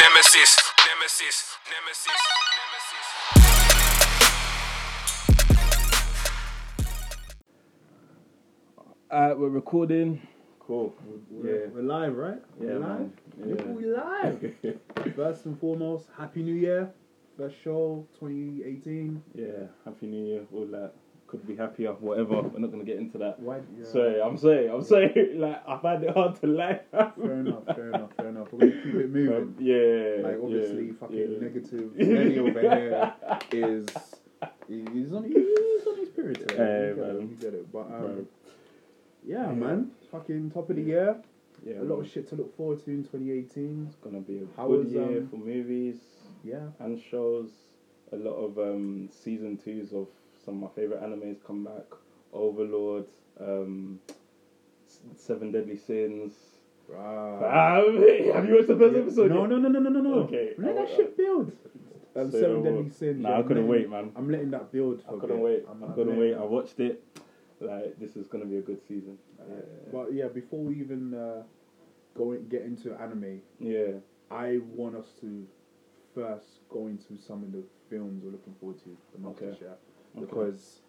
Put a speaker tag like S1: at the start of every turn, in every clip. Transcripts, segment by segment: S1: Nemesis, Nemesis, Nemesis, Nemesis.
S2: All right, Uh, we're recording.
S3: Cool.
S4: We're,
S3: Yeah.
S4: we're live, right?
S3: Yeah,
S4: we're live.
S3: man. Yeah.
S4: We're live. First and foremost, Happy New Year. First show 2018.
S3: Yeah. Happy New Year. All that. Could be happier. Whatever. We're not gonna get into that.
S4: Why? Yeah.
S3: Sorry. I'm sorry. I'm sorry. Like I find it hard to laugh.
S4: Fair enough, fair enough, fair enough. We're going to keep it moving.
S3: yeah.
S4: like, obviously,
S3: yeah,
S4: fucking
S3: yeah.
S4: negative Lenny over here is. He's on, he's on his period today.
S3: Hey,
S4: you, get
S3: man.
S4: It, you get it. But, um,
S3: Bro.
S4: yeah, man. Fucking top of the year.
S3: Yeah.
S4: A lot of
S3: man.
S4: shit to look forward to in 2018.
S3: It's gonna be a
S4: How
S3: good
S4: was,
S3: year
S4: um,
S3: for movies
S4: Yeah.
S3: and shows. A lot of um, season twos of some of my favorite animes come back. Overlord. Um, S- Seven Deadly Sins.
S4: Right.
S3: Um, have you watched the first episode?
S4: Uh, No,
S3: yet?
S4: no, no, no, no, no, no.
S3: Okay.
S4: Let that
S3: I'll-
S4: shit build.
S3: So
S4: Um, Oh, uh, Seven
S3: no
S4: Deadly
S3: more.
S4: Sins.
S3: Nah, I
S4: I'm
S3: couldn't wait,
S4: letting-
S3: man.
S4: I'm letting that build. For
S3: I
S4: a
S3: couldn't
S4: bit.
S3: wait.
S4: I'm
S3: I
S4: not
S3: couldn't
S4: letting
S3: wait.
S4: it.
S3: I watched it. Like this is gonna be a good season.
S4: But yeah, before we even uh, go and get into anime,
S3: Yeah.
S4: I want us to first go into some of the films we're looking forward to the most
S3: Okay.
S4: this year because.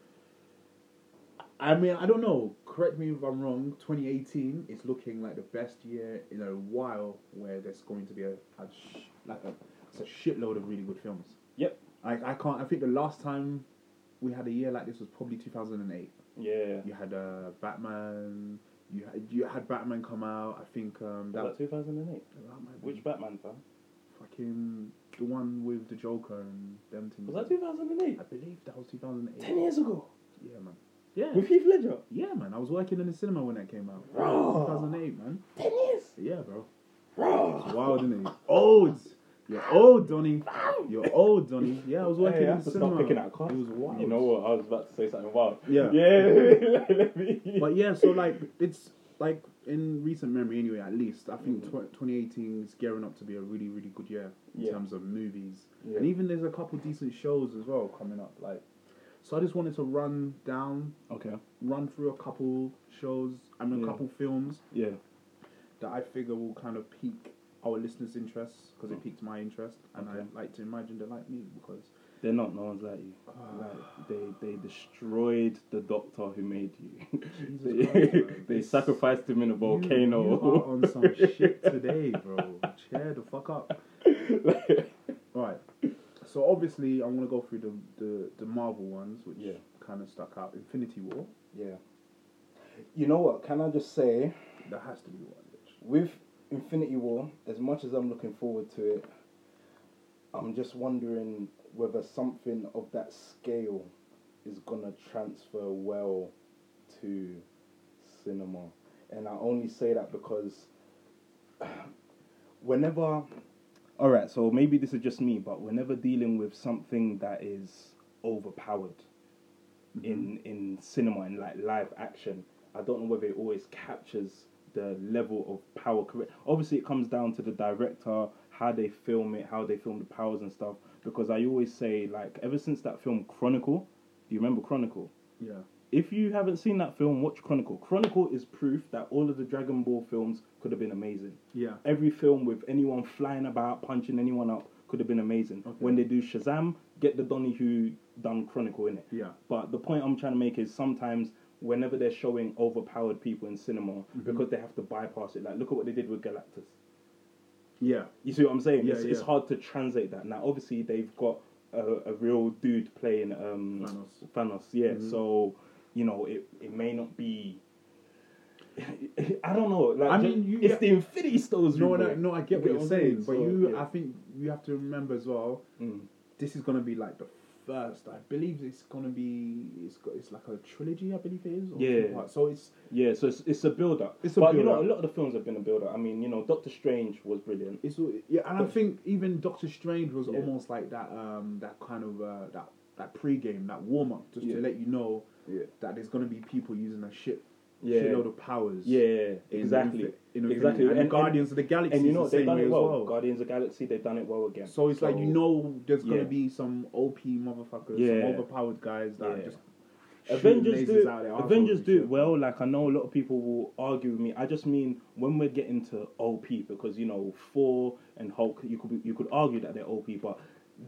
S4: I mean, I don't know. Correct me if I'm wrong. 2018 is looking like the best year in a while, where there's going to be a, a sh- like a, it's a shitload of really good films.
S3: Yep.
S4: Like I can't. I think the last time we had a year like this was probably 2008.
S3: Yeah.
S4: You had uh, Batman. You had, you had Batman come out. I think um,
S3: Was
S4: that, oh,
S3: that 2008?
S4: that might be
S3: Which Batman fan?
S4: fucking the one with the Joker and them things.
S3: Was that 2008?
S4: I believe that was
S3: Ten
S4: 2008.
S3: years ago.
S4: Yeah, man. Yeah.
S3: With Heath Ledger.
S4: Yeah, man. I was working in the cinema when that came out.
S3: Bro.
S4: 2008, man.
S3: Ten years.
S4: Yeah, bro.
S3: Bro.
S4: Wild, isn't it? Old. You're old, Donny. You're old, Donny. Yeah, I was working
S3: Hey, I
S4: in
S3: have
S4: the
S3: to start
S4: cinema.
S3: picking out cards.
S4: It was wild.
S3: You know what? I was about to say something wild.
S4: Yeah.
S3: Yeah. Let me.
S4: but yeah, so like it's like in recent memory, anyway. At least I think tw- 2018 is gearing up to be a really, really good year in
S3: Yeah.
S4: terms of movies,
S3: Yeah.
S4: and even there's a couple decent shows as well coming up. Like, so I just wanted to run down,
S3: Okay.
S4: run through a couple shows. I mean,
S3: Yeah.
S4: a couple films
S3: Yeah.
S4: that I figure will kind of pique our listeners' interests because it piqued my interest, and
S3: Oh. Okay.
S4: I like to imagine they like me because
S3: They're not. No one's like you.
S4: Ah.
S3: Like, they they destroyed the doctor who made you.
S4: Jesus Christ,
S3: they,
S4: man.
S3: they sacrificed him in a
S4: You-
S3: volcano.
S4: You, are on some shit today, bro. Chair the fuck up. right. So obviously, I want to go through the, the, the Marvel ones, which
S3: Yeah.
S4: kind of stuck out. Infinity War.
S3: Yeah. You know what? Can I just say,
S4: That has to be one. Bitch.
S3: with Infinity War, as much as I'm looking forward to it, I'm just wondering whether something of that scale is gonna transfer well to cinema. And I only say that because whenever all right so maybe this is just me but whenever dealing with something that is overpowered in in cinema and like live action i don't know whether it always captures the level of power correct obviously it comes down to the director how they film it how they film the powers and stuff because i always say like ever since that film chronicle do you remember chronicle
S4: Yeah.
S3: if you haven't seen that film watch chronicle chronicle is proof that all of the dragon ball films could have been amazing
S4: Yeah.
S3: every film with anyone flying about, punching anyone up could have been amazing. When they do Shazam, get the Donny who done Chronicle in it.
S4: Yeah.
S3: But the point I'm trying to make is sometimes whenever they're showing overpowered people in cinema,
S4: Mm-hmm.
S3: because they have to bypass it. Like look at what they did with Galactus.
S4: Yeah.
S3: You see what I'm saying?
S4: Yeah,
S3: it's, it's
S4: yeah.
S3: hard to translate that. Now, obviously, they've got a, a real dude playing um,
S4: Thanos. Mm-hmm.
S3: Thanos. yeah. So, you know, it, it may not be. I don't know. Like,
S4: I
S3: ju-
S4: mean, you-
S3: it's the Infinity Stones.
S4: No,
S3: you
S4: no,
S3: know.
S4: no. I get what
S3: You
S4: you're
S3: I'm
S4: saying, but
S3: So,
S4: you,
S3: yeah.
S4: I think you have to remember as well.
S3: Mm.
S4: This is gonna be like the first. I believe it's gonna be. It's got. It's like a trilogy. I believe it is. Or
S3: Yeah.
S4: two parts. So it's
S3: Yeah, so it's, it's a build up.
S4: It's a
S3: but you know,
S4: build-up.
S3: a lot of the films have been a build up. I mean, you know, Doctor Strange was brilliant.
S4: It's all, yeah, and I think even Doctor Strange was
S3: Yeah.
S4: almost like that um that kind of uh, that that pre-game, that warm up, just
S3: Yeah.
S4: to let you know
S3: Yeah.
S4: that there's gonna be people using a shit
S3: Yeah.
S4: shitload of powers.
S3: Yeah,
S4: in
S3: exactly.
S4: Infi- in
S3: exactly.
S4: Infinity. And, Guardians of the Galaxy
S3: and you know,
S4: is
S3: they've
S4: the same
S3: done
S4: way
S3: it
S4: as
S3: well.
S4: well.
S3: Guardians of the Galaxy, they've done it well again.
S4: so it's like you know there's gonna
S3: Yeah.
S4: be some OP motherfuckers,
S3: Yeah.
S4: some overpowered guys that
S3: Yeah.
S4: just
S3: Avengers
S4: lasers
S3: do
S4: out
S3: it,
S4: their arseholes
S3: Avengers
S4: and
S3: do it
S4: shit.
S3: well. Like I know a lot of people will argue with me. I just mean when we're getting to OP because you know Thor and Hulk, you could be, you could argue that they're OP, but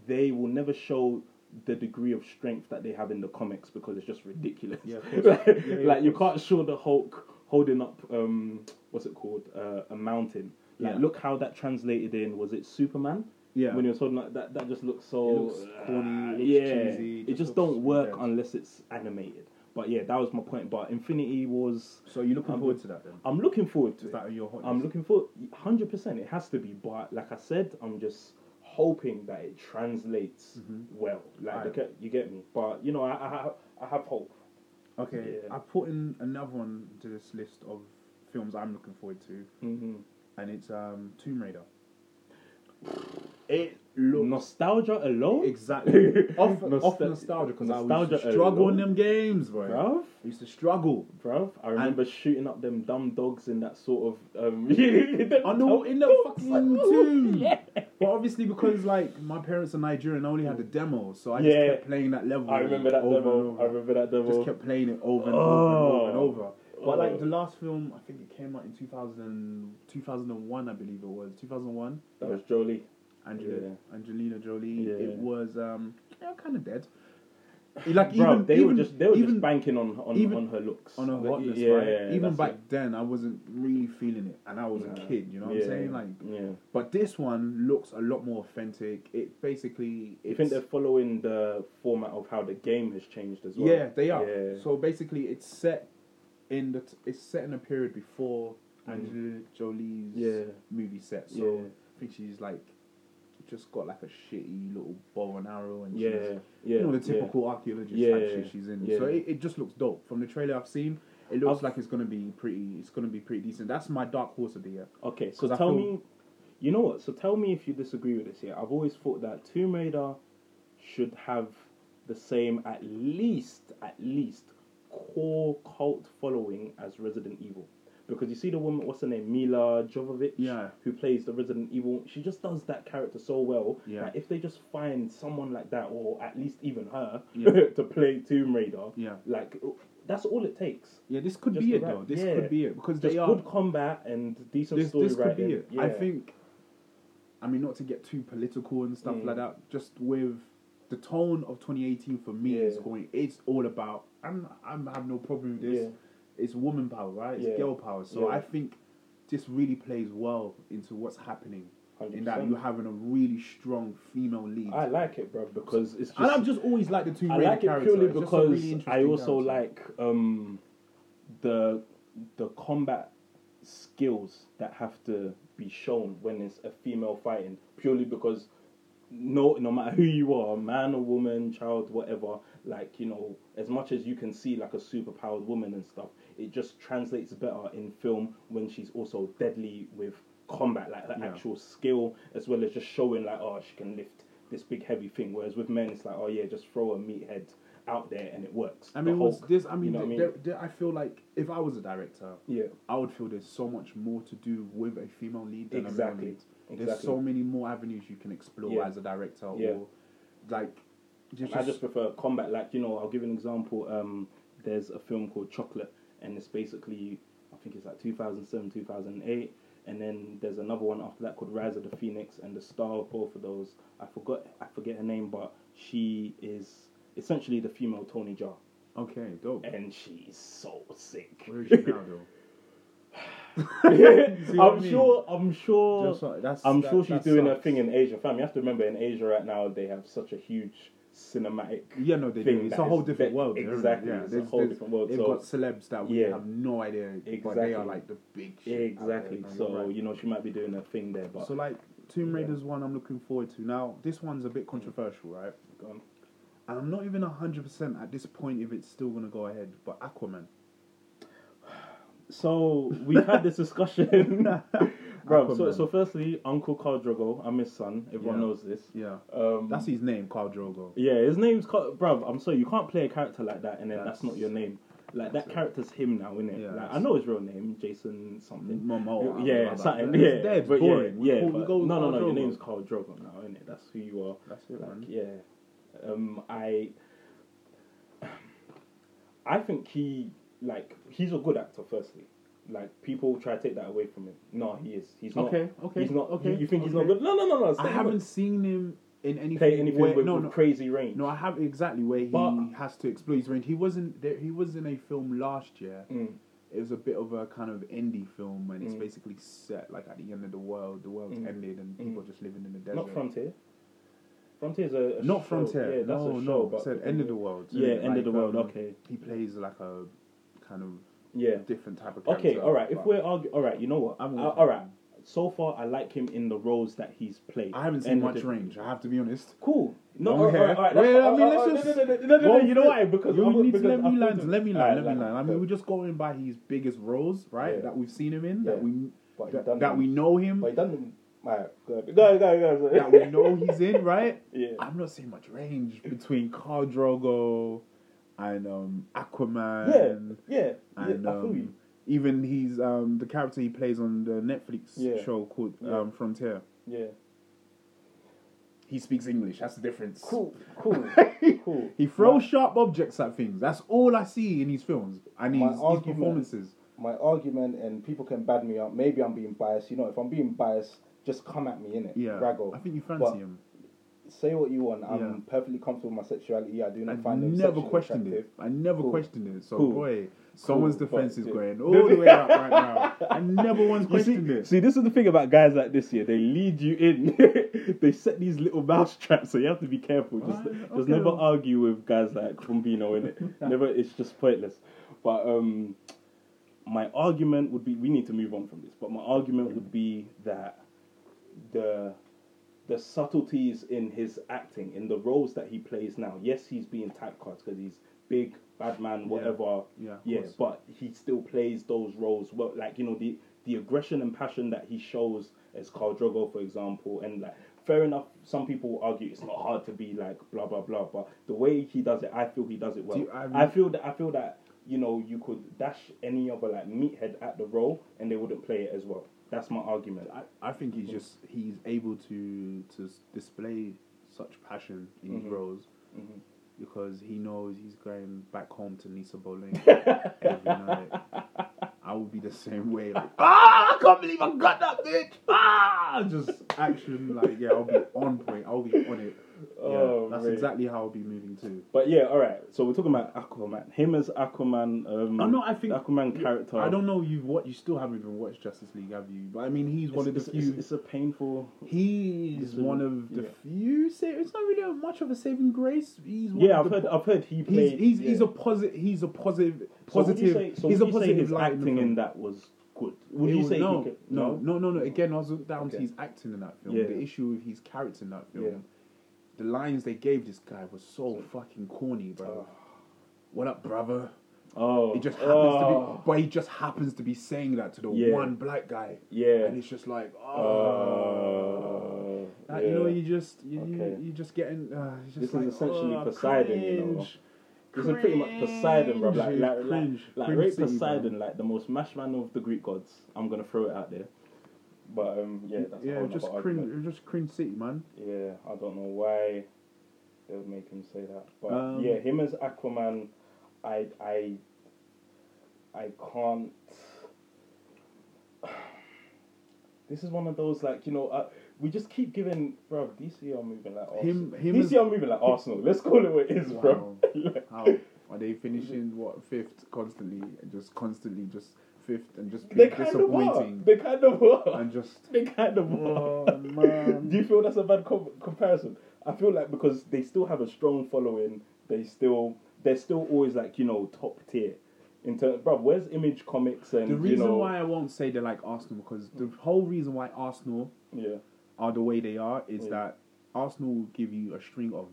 S3: they will never show the degree of strength that they have in the comics because it's just ridiculous.
S4: Yeah, of
S3: like
S4: yeah,
S3: like,
S4: of
S3: you can't show the Hulk holding up um what's it called uh, a mountain. Like
S4: Yeah.
S3: look how that translated in. Was it Superman?
S4: Yeah.
S3: When he was holding up, that, that just looks so uh,
S4: It looks corny, it looks
S3: yeah,
S4: cheesy,
S3: it
S4: just
S3: just
S4: looks
S3: don't work
S4: dead.
S3: unless it's animated. But yeah, that was my point. But Infinity was.
S4: So you're looking
S3: I'm-
S4: forward to that then?
S3: I'm looking forward to
S4: Is
S3: it.
S4: that on your hot
S3: I'm
S4: list?
S3: looking forward. Hundred percent, it has to be. But like I said, I'm just hoping that it translates
S4: Mm-hmm.
S3: well. Like
S4: Alright.
S3: the ca- you get me. But you know, I I, have- I have hope.
S4: Okay,
S3: Yeah.
S4: I put in another one to this list of films I'm looking forward to,
S3: hmm
S4: Mm-hmm. and it's um, Tomb Raider.
S3: It nostalgia alone.
S4: Exactly. off,
S3: Nostal-
S4: off nostalgia because I used
S3: nostalgia
S4: to struggle in
S3: alone.
S4: them games, bro.
S3: Bruv,
S4: I used to struggle.
S3: bruv, I remember shooting up them dumb dogs in that sort of um. them
S4: I know
S3: dumb
S4: in the
S3: dogs.
S4: fucking tomb. But obviously, because like my parents are Nigerian, I only had the demo, so I just
S3: Yeah.
S4: kept playing that level.
S3: I remember that
S4: over and
S3: demo.
S4: over.
S3: I remember that demo.
S4: Oh, Just kept playing it over and over and
S3: Oh.
S4: over and over. But like
S3: Oh.
S4: the last film, I think it came out in 2000, and- 2001, I believe it was 2001.
S3: That was Jolie.
S4: Angelina, Angelina Jolie.
S3: Yeah.
S4: It was um, yeah, kind of dead. Like
S3: Bro,
S4: even
S3: they
S4: even
S3: were just they were
S4: even
S3: just banking on on,
S4: even-
S3: on her looks,
S4: on a
S3: But
S4: hotness,
S3: yeah,
S4: right? Even
S3: that's
S4: back
S3: it.
S4: then, I wasn't really feeling it, and I was a
S3: Nah.
S4: kid. You know what
S3: Yeah,
S4: I'm saying? Like,
S3: yeah.
S4: but this one looks a lot more authentic. It basically,
S3: You
S4: it's,
S3: think they're following the format of how the game has changed as well?
S4: yeah, they are.
S3: Yeah.
S4: So basically, it's set in the t- it's set in a period before
S3: Mhm.
S4: Angelina Jolie's
S3: Yeah.
S4: movie set. So
S3: Yeah.
S4: I think she's like just got like a shitty little bow and arrow, and
S3: yeah,
S4: she's
S3: yeah,
S4: you know the
S3: yeah.
S4: typical archaeologist
S3: Yeah,
S4: type shit she's in.
S3: yeah.
S4: So it, it just looks dope from the trailer I've seen. It looks
S3: I've-
S4: like it's gonna be pretty. It's gonna be pretty decent. That's my dark horse of the year.
S3: Okay, so
S4: 'Cause I
S3: tell
S4: feel-
S3: me, you know what? So tell me if you disagree with this. Yeah, I've always thought that Tomb Raider should have the same, at least, at least, core cult following as Resident Evil. Because you see the woman, what's her name, Mila Jovovich,
S4: Yeah.
S3: who plays the Resident Evil. She just does that character so well
S4: Yeah.
S3: that if they just find someone like that, or at least even her,
S4: Yeah.
S3: to play Tomb Raider,
S4: Yeah.
S3: like that's all it takes.
S4: Yeah, this could
S3: Just
S4: be
S3: the
S4: it
S3: right-
S4: though. This
S3: yeah.
S4: could be it because
S3: Just
S4: they are.
S3: good combat and decent
S4: This,
S3: story
S4: this could
S3: writing.
S4: be it. I
S3: Yeah.
S4: think. I mean, not to get too political and stuff
S3: Mm.
S4: like that. Just with the tone of 2018 for me is
S3: Yeah.
S4: going. It's all about. I'm. I'm I have no problem with this.
S3: Yeah.
S4: It's woman power, right? It's
S3: Yeah.
S4: girl power. So
S3: Yeah.
S4: I think this really plays well into what's happening. In that
S3: 100%.
S4: you're having a really strong female lead.
S3: I like it, bro, because it's just.
S4: and I'm just always like the two.
S3: I like it
S4: character.
S3: purely
S4: It's just a
S3: because
S4: really
S3: I
S4: interesting
S3: also
S4: character.
S3: like um, the the combat skills that have to be shown when it's a female fighting. Purely because no, no matter who you are, man or woman, child, whatever, like you know, as much as you can see like a superpowered woman and stuff, it just translates better in film when she's also deadly with combat, like her
S4: Yeah.
S3: actual skill, as well as just showing like, oh, she can lift this big heavy thing. Whereas with men, it's like, oh yeah, just throw a meathead out there and it works.
S4: I
S3: The
S4: mean, was
S3: Hulk,
S4: this? I mean,
S3: you know what I mean?
S4: there- there- I feel like if I was a director,
S3: Yeah.
S4: I would feel there's so much more to do with a female lead than a male
S3: Exactly.
S4: lead. There's
S3: Exactly.
S4: so many more avenues you can explore
S3: Yeah.
S4: as a director,
S3: Yeah.
S4: or like just,
S3: I just prefer combat. Like you know, I'll give you an example. Um, there's a film called Chocolate, and it's basically I think it's like 2007, 2008, and then there's another one after that called Rise of the Phoenix, and the star of both of those I forgot I forget her name, but she is essentially the female Tony Jaa,
S4: okay, dope.
S3: and she's so sick.
S4: Where is she now, though?
S3: I'm
S4: what I mean?
S3: sure. I'm sure.
S4: That's what- that's-
S3: I'm
S4: that-
S3: sure she's
S4: that
S3: doing her
S4: sucks.
S3: thing in Asia, fam. You have to remember, in Asia right now, they have such a huge cinematic.
S4: Yeah, no, they
S3: thing
S4: do. It's
S3: that
S4: a whole
S3: is
S4: different
S3: ve-
S4: world. isn't it?
S3: Exactly,
S4: Yeah,
S3: it's a
S4: there's-
S3: whole
S4: there's-
S3: different world.
S4: They've
S3: so
S4: got celebs that we
S3: Yeah.
S4: have no idea, but they
S3: Exactly.
S4: are like the big shit. out there,
S3: exactly.
S4: man,
S3: so
S4: you're right.
S3: you know, she might be doing her thing there, but
S4: so like Tomb
S3: Yeah.
S4: Raider's one, I'm looking forward to. Now this one's a bit controversial, right?
S3: go on.
S4: And I'm not even 100% at this point if it's still going to go ahead, but Aquaman.
S3: So we've had this discussion, bro. So,
S4: Aquaman.
S3: so firstly, Uncle Khal Drogo, I'm his son. Everyone
S4: Yeah.
S3: knows this.
S4: Yeah.
S3: Um,
S4: That's his name, Khal Drogo.
S3: Yeah, his name's Khal- bruv. I'm sorry, you can't play a character like that, and then that's,
S4: That's-
S3: not your name. Like that character's him now, isn't it?
S4: Yeah,
S3: like, I
S4: that's-
S3: know his real name, Jason something. Oh,
S4: Momoa.
S3: yeah,
S4: Like,
S3: something.
S4: it's
S3: Yeah,
S4: dead,
S3: but
S4: boring. We
S3: yeah, yeah.
S4: call- we
S3: but
S4: go with
S3: no, no, no.
S4: Khal
S3: Your
S4: Drogo.
S3: name's Carl Drogo now, isn't it? That's who you are.
S4: That's
S3: Um,
S4: it,
S3: Like,
S4: man.
S3: yeah. Um, I. I think he like he's a good actor. Firstly, like people try to take that away from him. No, he is. He's not.
S4: Okay, okay,
S3: He's not.
S4: okay,
S3: you, you think he's not
S4: okay.
S3: good? No, no, no, no.
S4: I
S3: stop.
S4: haven't seen him in anything.
S3: play anything
S4: where,
S3: with,
S4: no,
S3: with
S4: no,
S3: crazy range.
S4: no, I have exactly where he
S3: But-
S4: has to explore his range. He wasn't there. He was in a film last year.
S3: Mm.
S4: It was a bit of a kind of indie film, and it's
S3: Mm.
S4: basically set like at the end of the world. The world's
S3: Mm.
S4: ended, and
S3: Mm.
S4: people are just living in the desert.
S3: Not Frontier. Frontier's a, a
S4: Not
S3: show.
S4: Frontier.
S3: Yeah, that's
S4: no,
S3: a show.
S4: no.
S3: but
S4: I said end of the world.
S3: Yeah,
S4: isn't it?
S3: End of the
S4: Like,
S3: World.
S4: um,
S3: Okay.
S4: He plays like a kind of
S3: Yeah.
S4: different type of character.
S3: Okay. All right. If
S4: but-
S3: we're argu- all right, you know what? Uh,
S4: I'm with you.
S3: all right. So far, I like him in the roles that he's played.
S4: I haven't seen
S3: And-
S4: much range. I have to be honest.
S3: Cool. No,
S4: Long
S3: all right,
S4: hair.
S3: all right, all right,
S4: Wait,
S3: that's-
S4: I mean,
S3: all
S4: let's
S3: right,
S4: just
S3: no, no, no, no, no, no,
S4: go
S3: you know
S4: for it.
S3: why? Because
S4: you
S3: I'm-
S4: need
S3: because
S4: to let
S3: I
S4: me
S3: feel
S4: land.
S3: that-
S4: Let me
S3: All right,
S4: land. Let me
S3: like,
S4: land. I mean,
S3: okay.
S4: we're just going by his biggest roles, right?
S3: Yeah.
S4: That we've seen him in. That
S3: Yeah.
S4: we
S3: But he
S4: that,
S3: done
S4: that
S3: them.
S4: we know him.
S3: But he done. All right, go ahead. Go ahead, go ahead, go
S4: that
S3: ahead.
S4: we know he's in, right?
S3: Yeah.
S4: I'm not seeing much range between Khal Drogo and um, Aquaman.
S3: Yeah, yeah, yeah.
S4: And
S3: I feel you.
S4: um, even he's um, the character he plays on the Netflix
S3: Yeah.
S4: show called
S3: Yeah.
S4: um, Frontier.
S3: Yeah.
S4: He speaks English. That's the difference.
S3: Cool, cool, cool.
S4: He throws
S3: My-
S4: sharp objects at things. That's all I see in his films and
S3: My
S4: his, his
S3: argument-
S4: performances.
S3: my argument, and people can bad me up. Maybe I'm being biased. You know, if I'm being biased, just come at me, innit?
S4: Yeah,
S3: Braggo.
S4: I think you fancy
S3: But
S4: him.
S3: Say what you want. I'm
S4: Yeah.
S3: perfectly comfortable with my sexuality. I do
S4: I
S3: not find him
S4: never
S3: sexually
S4: questioned
S3: attractive.
S4: it. I never
S3: Cool.
S4: questioned it. So
S3: Cool.
S4: boy, someone's
S3: Cool.
S4: defense is
S3: But-
S4: going all the way up right now. I never once
S3: You
S4: questioned
S3: see,
S4: it.
S3: see, this is the thing about guys like this here. They lead you in. they set these little mouse traps, so you have to be careful. Just,
S4: Alright,
S3: just
S4: okay.
S3: never argue with guys like Combino in it. never, it's just pointless. But um, my argument would be, we need to move on from this. But my argument would be that the the subtleties in his acting, in the roles that he plays now. Yes, he's being typecast because he's big, bad man, whatever.
S4: Yeah, of
S3: yeah.
S4: course.
S3: But he still plays those roles well. Like you know the the aggression and passion that he shows as Carl Drogo, for example, and like fair enough. Some people argue it's not hard to be like blah blah blah, but the way he does it, I feel he does it well.
S4: Do you- I mean-
S3: I feel that I feel that you know you could dash any other like meathead at the role and they wouldn't play it as well. That's my argument.
S4: I, I think he's just he's able to to s- display such passion in his roles Mm-hmm. because he knows he's going back home to Nisa Bowling every night. I would be the same way, like ah, I can't believe I got that bitch. Ah, just action, like yeah, I'll be on point. I'll be on it. Yeah,
S3: Oh,
S4: that's
S3: mate.
S4: exactly how I'll be moving too.
S3: But yeah, all right. So we're talking about Aquaman. Him as Aquaman. Um,
S4: Oh, No, no, I think-
S3: the Aquaman character.
S4: I don't know you what you still haven't even watched Justice League, have you? But I mean, he's
S3: It's,
S4: one
S3: it's,
S4: of the
S3: it's,
S4: few.
S3: it's a painful.
S4: He's
S3: It's a-
S4: one of the
S3: yeah.
S4: few. Sa- it's not really much of a saving grace. He's one
S3: Yeah,
S4: of
S3: I've
S4: the
S3: heard.
S4: po-
S3: I've heard he
S4: he's
S3: played.
S4: he's,
S3: yeah.
S4: he's a positive. He's a positive.
S3: So would you say-
S4: Positive.
S3: so
S4: he's a
S3: would you say
S4: positive
S3: his
S4: light in the
S3: acting in
S4: film.
S3: that was good. Would
S4: It
S3: you
S4: was-
S3: say
S4: no,
S3: he could,
S4: no, no, no, no? Again, I was down to
S3: Okay.
S4: his acting in that film.
S3: Yeah.
S4: The issue with his character in that film,
S3: Yeah.
S4: the lines they gave this guy was so fucking corny, bro. What up, brother?
S3: Oh,
S4: It just happens to be,
S3: oh,
S4: but he just happens to be saying that to the
S3: Yeah.
S4: one black guy,
S3: Yeah.
S4: and it's just like, oh.
S3: Oh,
S4: Like, You know,
S3: yeah.
S4: you just you
S3: Okay.
S4: you, you just getting. Uh, it's just
S3: This is
S4: like,
S3: essentially
S4: oh,
S3: Poseidon, you know.
S4: cringe,
S3: This is pretty much Poseidon, bro. Like,
S4: cringe,
S3: like, like,
S4: cringe,
S3: like
S4: cringe
S3: Ray
S4: city, bruv.
S3: Poseidon, like the most mash man of the Greek gods. I'm gonna throw it out there. But um, yeah, that's a
S4: yeah,
S3: whole
S4: just
S3: nother
S4: cringe,
S3: argument.
S4: it was just cringe city, man.
S3: Yeah, I don't know why they would make him say that, but
S4: Um,
S3: yeah, him as Aquaman, I I I can't. This is one of those like you know uh, we just keep giving bro DC are moving like
S4: Him-
S3: Arsenal.
S4: him
S3: DC
S4: as-
S3: are moving like Arsenal. Let's call it what it is, bro.
S4: Wow. How are they finishing what fifth constantly? and Just constantly, just fifth and just
S3: they
S4: being
S3: kind of are.
S4: disappointing
S3: They kind of are.
S4: and just.
S3: They kind of are.
S4: Oh man!
S3: Do you feel that's a bad com- comparison? I feel like because they still have a strong following, they still they're still always like you know top tier. In terms, bro, where's Image Comics and
S4: the reason
S3: you know,
S4: why I won't say they're like Arsenal because the whole reason why Arsenal
S3: yeah,
S4: are the way they are is
S3: Yeah.
S4: that Arsenal will give you a string of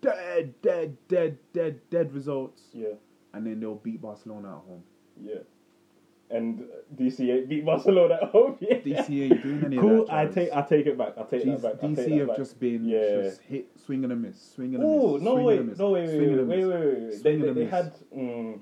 S4: dead, dead, dead, dead, dead results,
S3: yeah,
S4: and then they'll beat Barcelona at home.
S3: yeah, and DCA beat Barcelona at home. Yeah.
S4: DCA ain't doing any
S3: cool.
S4: of that.
S3: I
S4: Jarvis.
S3: take I take it back. I take
S4: Jeez,
S3: that back. I take
S4: DC
S3: that
S4: have
S3: back.
S4: just been
S3: Yeah.
S4: just hit, swing and a miss, swing and a
S3: Oh
S4: miss.
S3: no
S4: swing
S3: wait
S4: and a miss,
S3: no wait
S4: swing
S3: wait
S4: and a
S3: wait wait,
S4: miss,
S3: wait, wait.
S4: swing
S3: They,
S4: and
S3: they,
S4: a
S3: they
S4: miss.
S3: had mm,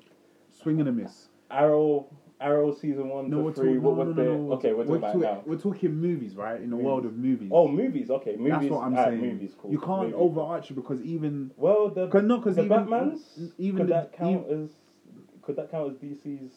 S4: Swing and a miss.
S3: Arrow Arrow season one
S4: No,
S3: to
S4: we're
S3: three.
S4: talking.
S3: what
S4: no,
S3: was
S4: no,
S3: there?
S4: no, no,
S3: okay, we're talking about
S4: talk-
S3: it now.
S4: We're talking movies, right? In the world of movies.
S3: Oh, movies. Okay, movies.
S4: that's what I'm
S3: alright,
S4: saying.
S3: Movies. Cool.
S4: You can't
S3: movies.
S4: overarch it because even
S3: Well, the
S4: Cause no, 'cause
S3: the
S4: even-
S3: Batman's
S4: even
S3: could
S4: the- e-
S3: that count as could that count as DC's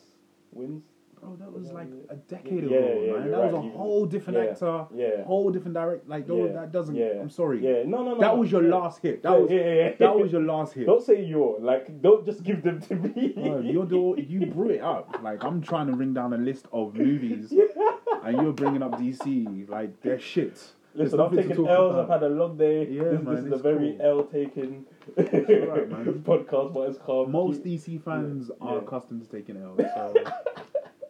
S3: wins?
S4: Bro, Oh, that was
S3: Yeah,
S4: like
S3: yeah.
S4: a decade
S3: Yeah,
S4: ago,
S3: yeah,
S4: man.
S3: you're
S4: That was
S3: right.
S4: a
S3: You-
S4: whole different
S3: yeah,
S4: actor,
S3: yeah.
S4: whole different direct. Like, no,
S3: Yeah,
S4: that doesn't.
S3: yeah.
S4: I'm sorry.
S3: Yeah, no, no, no.
S4: That
S3: no.
S4: was your
S3: Yeah.
S4: last hit. That
S3: Yeah,
S4: was
S3: yeah, yeah, yeah.
S4: that was your last hit.
S3: Don't say your like. Don't just give them to me.
S4: Bro, you're the, you brought it up. Like I'm trying to ring down a list of movies, and you're bringing up DC. Like they're shit. There's
S3: Listen, I'm
S4: nothing to
S3: taking
S4: talk
S3: L's.
S4: about.
S3: I've had a long day.
S4: Yeah,
S3: this,
S4: man,
S3: this is a
S4: it's
S3: very
S4: cool.
S3: L taking
S4: alright, man.
S3: podcast, but it's calm.
S4: Most e-
S3: Keep-
S4: DC fans
S3: Yeah.
S4: are
S3: Yeah.
S4: accustomed to taking L's.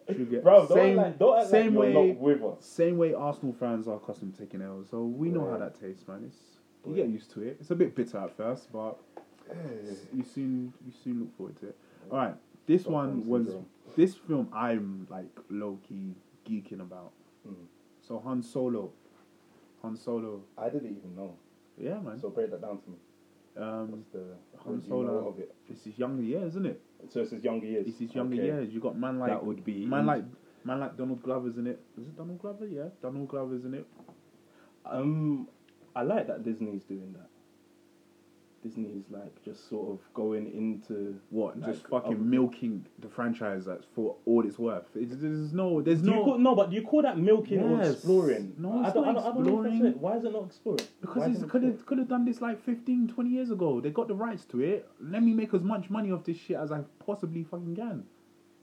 S4: So you get-
S3: Bro, don't
S4: same,
S3: act like, don't act
S4: same
S3: like you're
S4: way,
S3: not with us.
S4: same way Arsenal fans are accustomed to taking L's. So we know how
S3: Yeah.
S4: that tastes, man. It's you
S3: Yeah.
S4: get used to it. It's a bit bitter at first, but you soon you soon look forward to it. All right, this one
S3: Stockholm
S4: was
S3: syndrome.
S4: this film I'm like low key geeking about.
S3: Mm.
S4: So Han Solo, Han Solo,
S3: I didn't even know.
S4: yeah, man.
S3: So break that down to me.
S4: um,
S3: What's the
S4: Han
S3: what do you know
S4: Solo,
S3: of it?
S4: it's his younger years, isn't it?
S3: So it's his younger years.
S4: It's his younger
S3: Okay.
S4: years. You got man like
S3: that would be
S4: man like man like Donald Glover's in it. Is it Donald Glover? Yeah, Donald Glover's in it.
S3: Um, I like that Disney's doing that. Disney's like just sort of going into
S4: What?
S3: like,
S4: just fucking
S3: other-
S4: milking the franchise that's for all it's worth. It's, there's no, there's
S3: Do you
S4: no.
S3: call, no, but do you call that milking or
S4: Yes.
S3: exploring?
S4: No,
S3: I
S4: it's
S3: don't,
S4: not
S3: I don't, I don't
S4: exploring.
S3: understand. Why is it not exploring? Why
S4: Because
S3: is
S4: he's
S3: it
S4: could
S3: exploring?
S4: have could have done this like 15, 20 years ago. They got the rights to it. Let me make as much money off this shit as I possibly fucking can.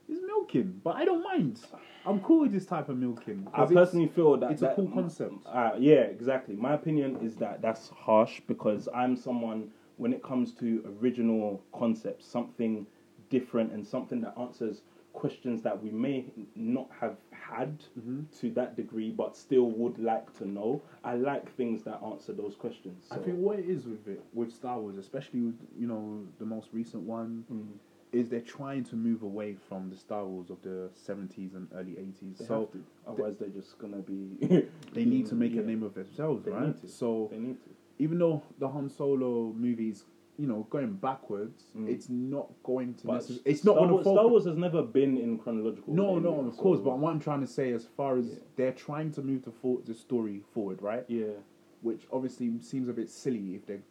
S4: It's milking, but I don't mind. I'm cool with this type of milking. 'cause
S3: I
S4: it's-
S3: personally feel that
S4: it's a
S3: that-
S4: cool concept.
S3: Uh, yeah, exactly. My opinion is that that's harsh because I'm someone when it comes to original concepts, something different and something that answers questions that we may not have had
S4: Mm-hmm.
S3: to that degree, but still would like to know. I like things that answer those questions.
S4: I
S3: so-
S4: think what it is with it with Star Wars, especially with you know the most recent one,
S3: Mm.
S4: is they're trying to move away from the Star Wars of the seventies and early eighties.
S3: They
S4: So
S3: have to, otherwise they're just gonna be.
S4: they need to make
S3: Yeah.
S4: a name of themselves,
S3: They
S4: right?
S3: need to.
S4: So
S3: They need to.
S4: even though the Han Solo movies, you know, going backwards,
S3: Mm.
S4: it's not going to.
S3: But
S4: necess- it's not
S3: Star,
S4: going to
S3: Wars, Star Wars has never been in chronological.
S4: No,
S3: order
S4: no,
S3: anyway,
S4: of course.
S3: so-
S4: But what I'm trying to say, as far as
S3: Yeah.
S4: they're trying to move the, for- the story forward, right?
S3: yeah.
S4: Which obviously seems a bit silly if they're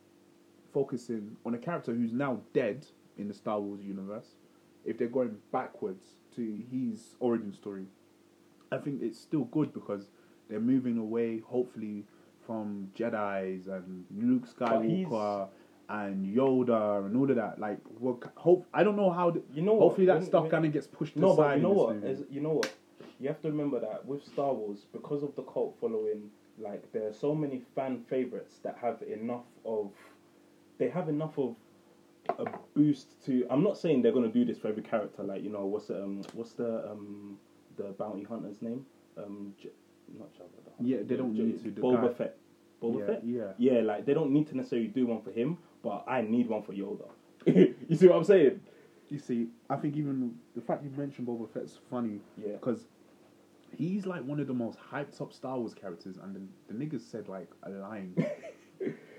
S4: focusing on a character who's now dead in the Star Wars universe. If they're going backwards to his origin story, I think it's still good because they're moving away, hopefully, from Jedi's and Luke
S3: But he's-
S4: Skywalker and Yoda and all of that. Like, what ki- hope I don't know how. th-
S3: You know what?
S4: hopefully, that
S3: When-
S4: stuff
S3: when-
S4: kind of gets pushed
S3: No,
S4: aside.
S3: but you know
S4: in this
S3: what?
S4: movie.
S3: As, you know what? You have to remember that with Star Wars, because of the cult following, like there are so many fan favorites that have enough of, they have enough of a boost to. I'm not saying they're gonna do this for every character. Like you know, what's the, um, what's the um, the bounty hunter's name? Um, J- not Jabba. the Hutt.
S4: Yeah, they don't
S3: J-
S4: need to, the
S3: Boba
S4: guy-
S3: Fett. Boba
S4: Yeah,
S3: Fett.
S4: yeah.
S3: Yeah, like they don't need to necessarily do one for him, but I need one for Yoda. you see what I'm saying?
S4: You see, I think even the fact you mentioned Boba Fett's funny.
S3: Yeah.
S4: Because he's like one of the most hyped up Star Wars characters, and the, the niggas said like a line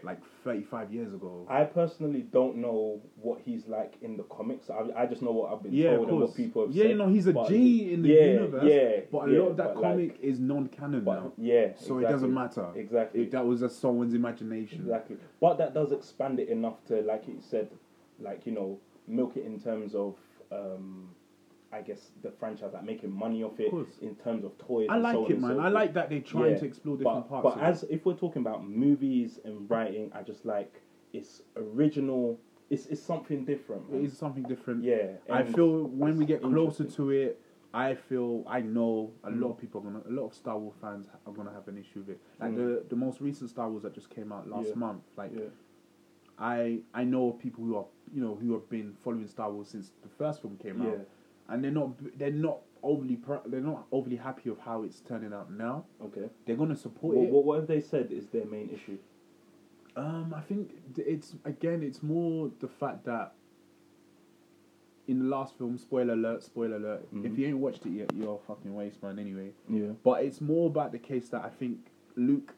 S4: like 35 years ago.
S3: I personally don't know what he's like in the comics. I, I just know what I've been told
S4: yeah, of
S3: and
S4: course.
S3: what people have
S4: yeah,
S3: said.
S4: you know, he's a
S3: but-
S4: G in the
S3: yeah,
S4: universe.
S3: Yeah,
S4: but a
S3: yeah,
S4: lot of
S3: but
S4: that
S3: like-
S4: comic is non-canon
S3: but
S4: now.
S3: yeah,
S4: So
S3: exactly.
S4: it doesn't matter.
S3: Exactly.
S4: If that was just someone's imagination.
S3: Exactly. But that does expand it enough to, like you said, like, you know, milk it in terms of, um, I guess, the franchise, like making money off it,
S4: course.
S3: in terms of toys.
S4: I
S3: and
S4: like
S3: so on
S4: it,
S3: and so
S4: man. I
S3: forth.
S4: like that they're trying
S3: Yeah,
S4: to explore
S3: but-
S4: different parts.
S3: But
S4: of it.
S3: as if we're talking about movies and writing, I just like it's original. It's it's something different. man.
S4: It is something different.
S3: Yeah,
S4: I
S3: and
S4: feel when we get
S3: it's
S4: closer
S3: interesting.
S4: to it, I feel I know a lot of people are gonna, a lot of Star Wars fans are gonna have an issue with it. Like
S3: Mm.
S4: the the most recent Star Wars that just came out last
S3: Yeah.
S4: month. Like
S3: Yeah.
S4: I I know of people who are you know who have been following Star Wars since the first film came out, and they're not they're not overly pr- they're not overly happy of how it's turning out now.
S3: Okay.
S4: They're gonna support
S3: What,
S4: it.
S3: what, what have they said is their main issue?
S4: Um, I think th- it's again, it's more the fact that in the last film, spoiler alert, spoiler alert.
S3: Mhm.
S4: If you ain't watched it yet, you're a fucking waste, man. Anyway,
S3: Yeah.
S4: but it's more about the case that I think Luke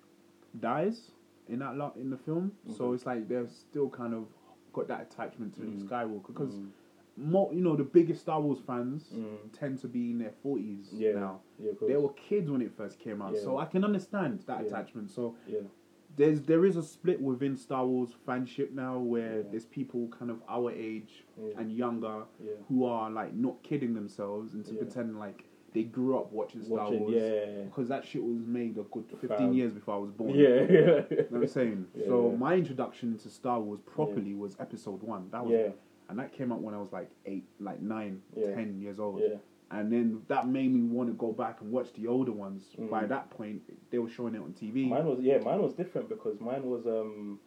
S4: dies in that lot in the film, so
S3: Okay.
S4: it's like they're still kind of got that attachment to
S3: Mm.
S4: Skywalker because
S3: Mm.
S4: more, you know, the biggest Star Wars fans
S3: Mm.
S4: tend to be in their forties
S3: Yeah.
S4: now.
S3: Yeah. Of course.
S4: They were kids when it first came out,
S3: Yeah.
S4: so I can understand that
S3: Yeah.
S4: attachment. So
S3: Yeah.
S4: there's there is a split within Star Wars fanship now where
S3: Yeah.
S4: there's people kind of our age
S3: Yeah.
S4: and younger
S3: Yeah.
S4: who are like not kidding themselves and to
S3: Yeah.
S4: pretend like they grew up watching Star
S3: Watching,
S4: Wars
S3: yeah.
S4: because that shit was made a good 15
S3: Fam.
S4: years before I was born.
S3: Yeah, yeah.
S4: You know what I'm saying?
S3: Yeah,
S4: so
S3: yeah.
S4: my introduction to Star Wars properly was episode one. That was
S3: Yeah.
S4: and that came out when I was like eight, like nine, ten
S3: Yeah.
S4: years old.
S3: Yeah.
S4: And then that made me want to go back and watch the older ones.
S3: Mm.
S4: By that point, they were showing it on TV.
S3: Mine was yeah, mine was different because mine was um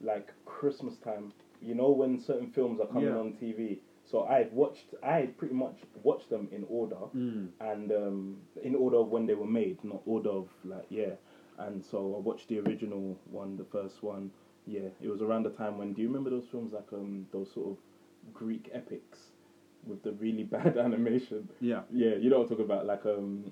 S3: like Christmas time. You know when certain films are coming
S4: Yeah.
S3: on TV. So I watched I pretty much watched them in order
S4: Mm.
S3: and um in order of when they were made, not order of like yeah. And so I watched the original one, the first one. Yeah, it was around the time when do you remember those films like um those sort of Greek epics with the really bad animation?
S4: Yeah.
S3: Yeah, you know what I'm talking about, like um,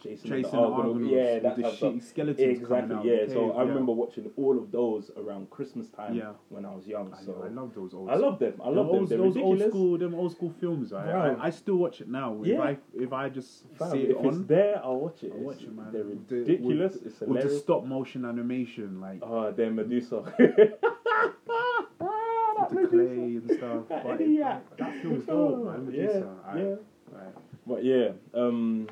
S3: Jason, and the
S4: Jason and
S3: Argonauts.
S4: Argonauts
S3: yeah,
S4: with
S3: that
S4: the
S3: type of stuff.
S4: shitty skeletons coming
S3: Exactly,
S4: out of
S3: yeah.
S4: the
S3: so
S4: cave,
S3: I
S4: yeah.
S3: remember watching all of those around Christmas time
S4: Yeah.
S3: when I was young.
S4: I,
S3: So
S4: I love those old.
S3: I love them. I
S4: them
S3: love them.
S4: old-
S3: They're
S4: those old
S3: ridiculous.
S4: school, them old school films. I,
S3: Bro.
S4: I, I still watch it now. If
S3: Yeah.
S4: I if I just
S3: Fam,
S4: see it
S3: if it's
S4: on,
S3: there, I'll watch it.
S4: I
S3: It's-
S4: watch it, man.
S3: They're
S4: With the-
S3: ridiculous.
S4: With,
S3: it's
S4: with the
S3: hilarious.
S4: stop motion animation, like
S3: Ah, they're Medusa.
S4: with the clay and stuff.
S3: That
S4: but it,
S3: idiot. Oh,
S4: that film's dope, man. uh,
S3: Yeah,
S4: Medusa, I-
S3: yeah.
S4: I-
S3: but yeah, um,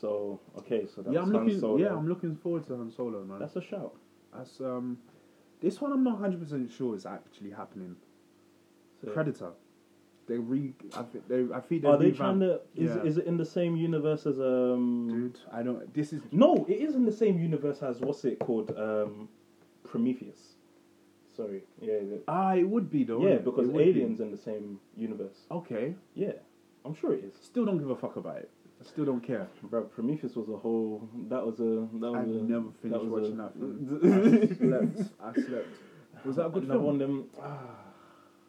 S3: so okay, so that's
S4: yeah, I'm looking.
S3: Solo.
S4: Yeah, I'm looking forward to Han Solo, man. That's,
S3: That's a shout.
S4: um, this one I'm not 100 percent sure is actually happening.
S3: So-
S4: Predator. They re. I think they. I think they.
S3: Are they
S4: revamped-
S3: trying to? Is,
S4: Yeah.
S3: is it in the same universe as um?
S4: Dude, I don't. This is
S3: No, it is in the same universe as what's it called? Um, Prometheus. Sorry. Yeah. the-
S4: Ah, it would be though.
S3: yeah,
S4: wouldn't it?
S3: because
S4: It would be.
S3: aliens in the same universe.
S4: Okay.
S3: Yeah, I'm sure it is.
S4: Still don't give a fuck about it. I still don't care.
S3: Bro, Prometheus was a whole. That was a. Oh, That was
S4: I've
S3: a,
S4: never finished
S3: was
S4: watching
S3: a-
S4: that film. I slept. I slept. Was that a good
S3: Another
S4: film?
S3: One of them.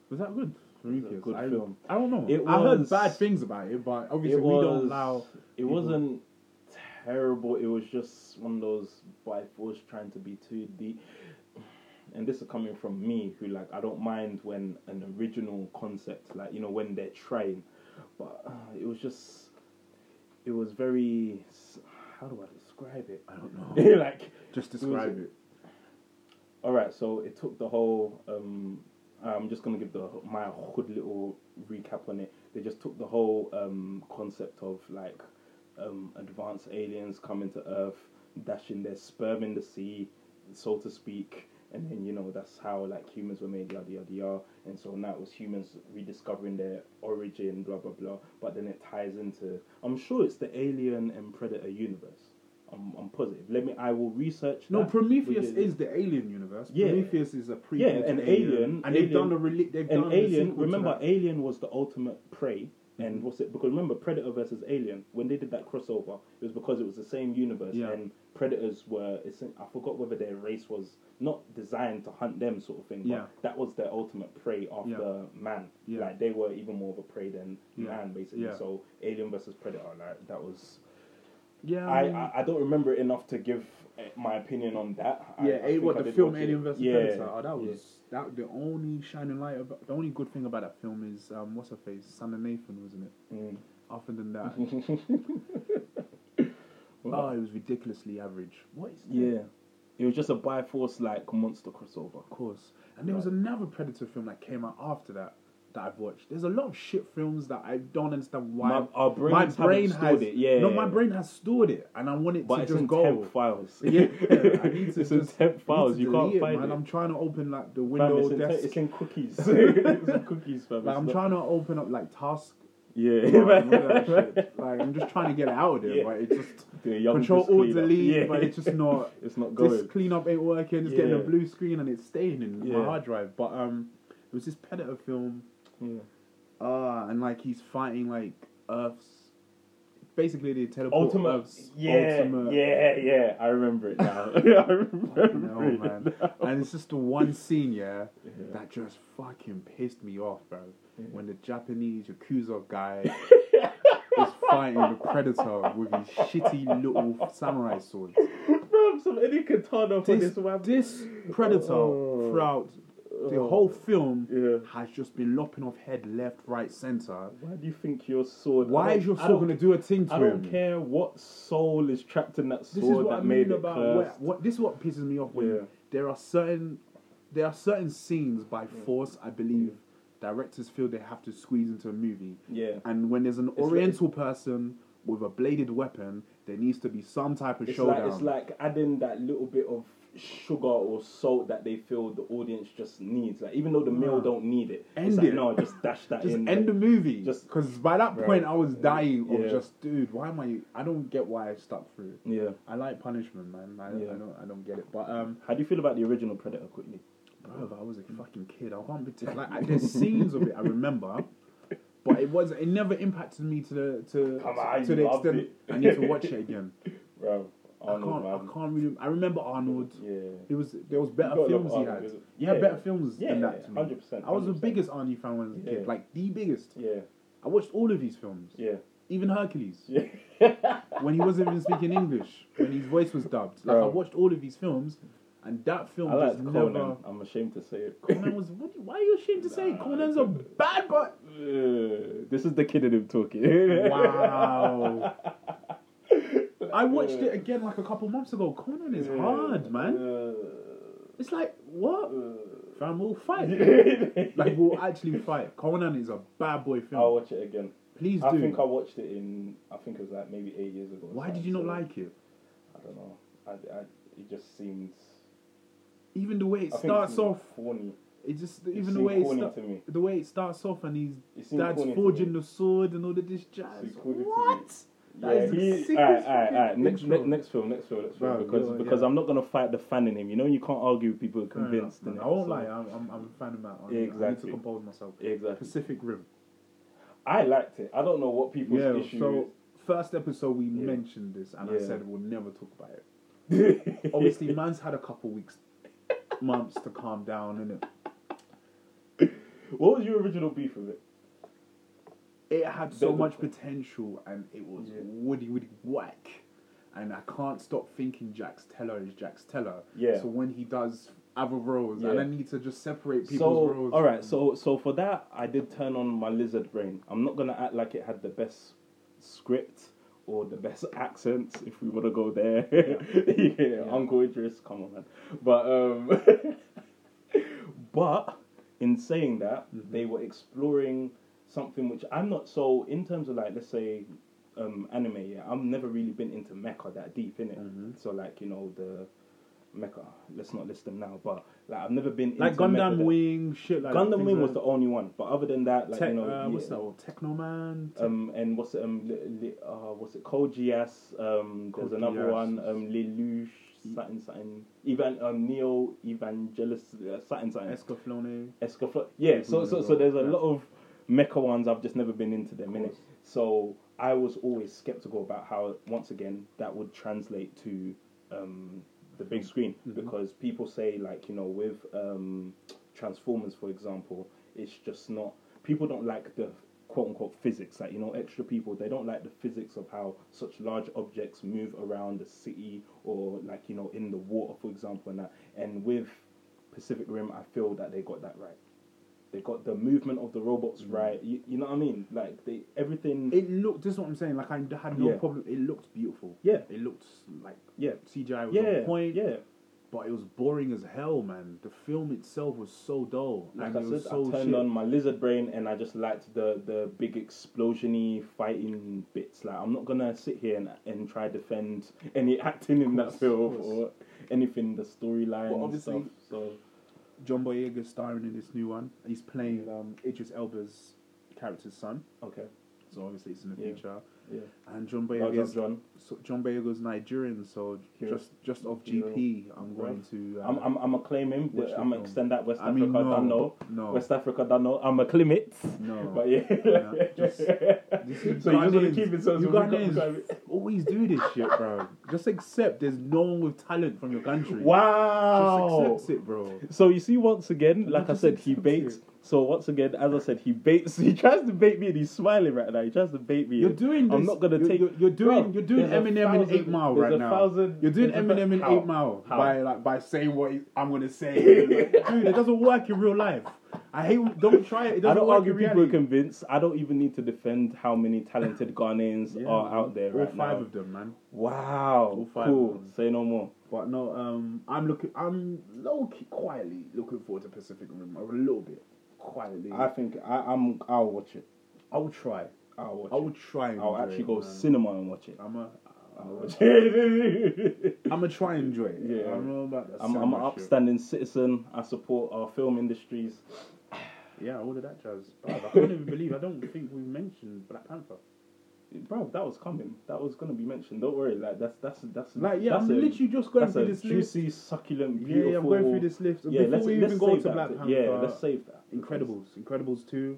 S4: Was that good? Prometheus.
S3: good
S4: I,
S3: film.
S4: I don't know.
S3: It
S4: I heard
S3: was-
S4: bad things about it, but obviously we don't allow.
S3: It wasn't terrible. It was just one of those by force trying to be too deep. And this is coming from me, who like I don't mind when an original concept, like you know, when they're trying, but uh, it was just, it was very. s- How do I describe it?
S4: I don't know.
S3: like
S4: Just
S3: was
S4: describe
S3: it?
S4: it.
S3: all right, so it took the whole. Um, I'm just gonna give the my hood little recap on it. They just took the whole um, concept of like um, advanced aliens coming to Earth, dashing their sperm in the sea, so to speak, and then you know that's how like humans were made, yada yada yada. And so now it was humans rediscovering their origin, blah blah blah. But then it ties into. I'm sure it's the alien and predator universe. I'm, I'm positive. Let me. I will research.
S4: No,
S3: that.
S4: Prometheus
S3: We did-
S4: is the alien universe.
S3: Yeah.
S4: Prometheus is a prequel
S3: Yeah, an
S4: to alien,
S3: alien-
S4: and they've
S3: alien-
S4: done a reli- they've done
S3: And
S4: a
S3: Alien,
S4: sequel to
S3: remember,
S4: that. Mm-hmm.
S3: Alien was the ultimate prey. And what's it? Because remember, Predator versus Alien. When they did that crossover, it was because it was the same universe,
S4: Yeah.
S3: and Predators were. It's, I forgot whether their race was not designed to hunt them, sort of thing. But
S4: Yeah.
S3: That was their ultimate prey after
S4: Yeah.
S3: man.
S4: Yeah.
S3: Like they were even more of a prey than
S4: Yeah.
S3: man, basically.
S4: Yeah.
S3: So Alien versus Predator, like that was.
S4: yeah,
S3: I, I I don't remember it enough to give eh, my opinion on that. I-
S4: Yeah,
S3: I
S4: eh,
S3: think
S4: what
S3: I
S4: the
S3: did
S4: film
S3: watch it.
S4: Alien vs
S3: Yeah.
S4: Predator? Oh, that
S3: Yeah.
S4: was that. The only shining light, about, the only good thing about that film is um, what's her face, Sandra Nathan, wasn't it?
S3: Mm.
S4: Other than that, oh, it was ridiculously average. What is that?
S3: Yeah. It was just a by force like monster crossover.
S4: of course. And there was
S3: Right.
S4: another Predator film that came out after that that I've watched. There's a lot of shit films that I don't understand why
S3: My- our brains haven't stored it, yeah.
S4: no, my brain has stored it, and I want it
S3: But
S4: to
S3: it's
S4: just
S3: in
S4: go.
S3: temp files.
S4: Yeah, I need to
S3: it's in
S4: just
S3: temp files.
S4: I need to
S3: You can't
S4: delete
S3: find
S4: man.
S3: it.
S4: I'm trying to open like the
S3: Fam,
S4: window
S3: it's, in te-
S4: desk.
S3: it's in cookies. it's in cookies, fam.
S4: like,
S3: It's
S4: I'm
S3: not-
S4: trying to open up like task.
S3: Yeah.
S4: like, none of that shit. Like, I'm just trying to get it out of there,
S3: Yeah.
S4: but it just
S3: The young
S4: control
S3: just
S4: alt
S3: clean up.
S4: delete,
S3: Yeah.
S4: but it's just not.
S3: It's not
S4: This
S3: going.
S4: cleanup ain't working. It's getting a
S3: Yeah.
S4: blue screen and it's staying in my
S3: Yeah.
S4: hard drive. But um, it was this Predator film.
S3: Yeah.
S4: Ah, and like he's fighting like Earth's basically the teleport
S3: Ultimate.
S4: Earth's
S3: Yeah.
S4: ultimate.
S3: Yeah. Yeah. I remember it now. I remember.
S4: No
S3: it
S4: man,
S3: now.
S4: and it's just the one scene, yeah, that just fucking pissed me off, bro. When the Japanese yakuza guy is fighting the predator with his shitty little samurai sword.
S3: Fam, some any katana for this
S4: This,
S3: one.
S4: this predator
S3: Oh.
S4: throughout the
S3: Oh.
S4: whole film
S3: Yeah.
S4: has just been lopping off head left, right, center.
S3: Why do you think your sword? I
S4: Why
S3: don't-
S4: is your
S3: I
S4: sword
S3: don't-
S4: gonna do a thing to
S3: I
S4: him?
S3: don't care what soul is trapped in that sword
S4: This is what
S3: that
S4: I
S3: made
S4: mean
S3: it
S4: about
S3: cursed.
S4: what, what. This is what pisses me off when
S3: Yeah.
S4: there are certain there are certain scenes by force I believe directors feel they have to squeeze into a movie.
S3: Yeah.
S4: And when there's an
S3: like-
S4: oriental person with a bladed weapon, there needs to be some type of
S3: It's
S4: showdown.
S3: like it's like adding that little bit of sugar or salt that they feel the audience just needs. Like even though the meal don't need it,
S4: End
S3: it's like,
S4: it.
S3: No, just dash that
S4: just
S3: in.
S4: end the
S3: like,
S4: movie.
S3: just-
S4: because by that
S3: Bro.
S4: point I was dying
S3: Yeah.
S4: of just dude. Why am I? I don't get why I stuck through.
S3: Yeah.
S4: I like punishment, man. I,
S3: Yeah.
S4: I don't. I don't get it. But um,
S3: How do you feel about the original Predator? Quickly.
S4: bro, if I was a fucking kid. I can't be like I- there's scenes of it I remember, but it was it never impacted me to the to
S3: Come on,
S4: to
S3: you
S4: the
S3: loved
S4: extent
S3: it.
S4: I need to watch it again.
S3: Bro, Arnold,
S4: I can't.
S3: man.
S4: I can't really. I remember Arnold.
S3: Yeah.
S4: He was there was better
S3: You gotta
S4: films
S3: love
S4: he
S3: Arnie,
S4: had.
S3: is it?
S4: He had
S3: Yeah.
S4: better films
S3: Yeah,
S4: than
S3: yeah,
S4: that to me.
S3: 100%,
S4: I was the
S3: 100%.
S4: biggest Arnie fan when I was a
S3: Yeah.
S4: kid, like the biggest.
S3: Yeah.
S4: I watched all of these films.
S3: Yeah.
S4: Even Hercules.
S3: Yeah.
S4: when he wasn't even speaking English, when his voice was dubbed. Like I
S3: Bro.
S4: watched all of these films, and that film
S3: I
S4: just
S3: like
S4: never.
S3: Conan. I'm ashamed to say it.
S4: Conan was. What, do you- why are you ashamed to say
S3: Nah,
S4: Conan's a bad boy?
S3: Uh, this is the kid in him talking.
S4: Wow. I watched it again like a couple months ago. Conan is hard, man. It's like what? Fam, we'll fight. like we'll actually fight. Conan is a bad boy film.
S3: I'll watch it again.
S4: Please do.
S3: Oh, I think I watched it in. I think it was like maybe eight years ago. or
S4: why
S3: something,
S4: did you not
S3: so
S4: like it?
S3: I don't know. I, I, it just seems.
S4: Even the way it
S3: I think
S4: starts
S3: it's
S4: off,
S3: corny.
S4: it just
S3: It
S4: even the
S3: seemed
S4: way it
S3: corny
S4: starts.
S3: to me.
S4: the way it starts off and
S3: It
S4: he's
S3: seemed
S4: dad's
S3: corny to
S4: forging
S3: me.
S4: the sword and all of this jazz.
S3: It seemed corny to me.
S4: What? That is the sickest
S3: alright, alright, alright.
S4: fucking
S3: Next,
S4: intro.
S3: ne- next film, next film, next film.
S4: Bro,
S3: because
S4: yeah,
S3: because
S4: yeah.
S3: I'm not gonna fight the fan in him. You know, you can't argue with people who are
S4: Fair enough,
S3: convinced.
S4: man.
S3: innit?
S4: I won't
S3: So-
S4: lie. I'm, I'm, I'm fanning him out. I, I need to
S3: Exactly.
S4: compose myself.
S3: Exactly.
S4: Pacific Rim.
S3: I liked it. I don't know what people's
S4: Yeah.
S3: issue
S4: So first episode we
S3: Yeah.
S4: mentioned this, and I
S3: Yeah.
S4: said we'll never talk about it.
S3: is.
S4: Obviously, man's had a couple weeks, months to calm down, and it
S3: what was your original beef with it?
S4: it had so
S3: Bit-
S4: much potential, and it was
S3: Yeah.
S4: woody woody whack. And I can't stop thinking Jax Teller is Jax Teller.
S3: Yeah.
S4: So when he does other roles, and
S3: Yeah.
S4: I need to just separate people's
S3: So
S4: roles.
S3: all right, so so for that, I did turn on my lizard brain. I'm not gonna act like it had the best script or the best accents if we want to go there. Yeah. Uncle Idris, come on, man. But um, but in saying that,
S4: Mm-hmm.
S3: they were exploring something which I'm not so in terms of like let's say um, anime. Yeah, I've never really been into mecha that deep in it.
S4: Mm-hmm.
S3: So like you know the. Mecha. Let's not list them now, but like I've never been
S4: like
S3: into mecha
S4: Gundam
S3: that-
S4: Wing, shit like
S3: Gundam
S4: things
S3: Wing
S4: like-
S3: was the only one, but other than that, like
S4: Tech,
S3: you know,
S4: uh, what's
S3: yeah,
S4: that? One? Technoman. Tech-
S3: Um, and what's it? Um, li, li, uh, what's it? Kojias. Um, there's
S4: Code
S3: another
S4: Geass.
S3: one. Um, Lelouch. Satin, satin. Even um, Neo Evangelist. Uh, satin, satin.
S4: Escaflowne.
S3: Escaflowne. Yeah. So so so there's a lot of mecha ones I've just never been into them. Innit?
S4: course.
S3: So I was always skeptical about how once again that would translate to um, the big screen because people say like you know with um, Transformers for example, it's just not people don't like the quote unquote physics like you know extra people they don't like the physics of how such large objects move around the city or like you know in the water for example and that and with Pacific Rim I feel that they got that right they got the movement of the robots right. You, you know what I mean? Like they everything.
S4: Mm. It looked. This is what I'm saying. Like I had no
S3: Yeah.
S4: problem. It looked beautiful.
S3: Yeah.
S4: It looked like
S3: Yeah.
S4: CGI was
S3: yeah,
S4: on point.
S3: yeah.
S4: But it was boring as hell, man. The film itself was so dull.
S3: Like
S4: and it
S3: I
S4: was
S3: said,
S4: so
S3: I turned
S4: shit.
S3: on my lizard brain and I just liked the the big explosiony fighting bits. Like I'm not gonna sit here and and try defend any acting in that
S4: Course,
S3: film
S4: course.
S3: or anything. The storyline
S4: Well,
S3: and
S4: obviously-
S3: stuff. So
S4: John Boyega starring in this new one. He's playing
S3: Mm.
S4: um, Idris Elba's character's son.
S3: okay,
S4: So obviously it's in the
S3: Yeah.
S4: future.
S3: yeah.
S4: And John
S3: Well done,
S4: Boyega's
S3: John.
S4: so John Boyega's Nigerian, so
S3: Hero.
S4: just just off
S3: Hero.
S4: GP, I'm going to. Uh,
S3: I'm I'm I'm acclaiming.
S4: watch the
S3: I'm
S4: film.
S3: gonna extend that West
S4: I
S3: Africa
S4: mean, no,
S3: done no.
S4: no.
S3: West Africa done no. I'm a climate.
S4: No.
S3: But yeah.
S4: Yeah, just-
S3: So you just wanna keep it so- so
S4: you
S3: we got- we
S4: Ghanaians
S3: got-
S4: always do this shit, bro. Just accept there's no one with talent from your country. Just
S3: Wow.
S4: accept it, bro.
S3: So you see, once again,
S4: I
S3: like I
S4: just
S3: said, he
S4: accept
S3: baits.
S4: it.
S3: So once again, as I said, he baits. He tries to bait me, and he's smiling right now. He tries to bait me.
S4: You're doing this.
S3: I'm not gonna
S4: you're,
S3: take.
S4: You're, you're doing.
S3: Bro,
S4: you're doing
S3: there's a
S4: Eminem in
S3: thousand-
S4: Eight Mile
S3: there's
S4: right
S3: a
S4: now.
S3: thousand-
S4: you're doing
S3: there's a-
S4: Eminem in
S3: how?
S4: Eight Mile
S3: How?
S4: by like by saying what he- I'm gonna say. Dude, it doesn't work in real life. I hate. Don't try it. it
S3: I
S4: doesn't
S3: don't
S4: work
S3: argue
S4: in
S3: people are
S4: reality.
S3: convinced. I don't even need to defend how many talented Ghanaians
S4: Yeah,
S3: are
S4: man.
S3: out there
S4: All
S3: right
S4: five
S3: now.
S4: of them, man.
S3: Wow.
S4: All five
S3: cool.
S4: of them.
S3: Say no more.
S4: But no, um, I'm looking. I'm low key, quietly looking forward to Pacific Rim a little bit. Quietly,
S3: I
S4: I,
S3: think I, I'm. I'll watch it.
S4: will try.
S3: I'll watch
S4: I will
S3: it.
S4: try. And
S3: I'll
S4: enjoy
S3: actually
S4: it,
S3: go
S4: man.
S3: cinema and watch it.
S4: I'm a.
S3: I'll watch it.
S4: I'm gonna try and enjoy it.
S3: Yeah.
S4: I don't know about that.
S3: I'm, I'm
S4: cinema
S3: an
S4: shit.
S3: upstanding citizen. I support our film industries.
S4: Yeah, all of that jazz. Bruv, I can't even believe I don't think we mentioned Black Panther.
S3: Bro, that was coming. That was gonna be mentioned. Don't worry. Like that's that's that's
S4: Like, yeah,
S3: that's
S4: I'm
S3: a-
S4: literally just going
S3: that's
S4: through
S3: a
S4: this list.
S3: juicy, succulent,
S4: Yeah,
S3: beautiful.
S4: yeah, I'm going through this list.
S3: Yeah,
S4: Before
S3: let's,
S4: we
S3: let's
S4: even go
S3: save
S4: to
S3: that
S4: Black
S3: bit.
S4: Panther,
S3: Yeah, let's save that.
S4: Incredibles, Incredibles two.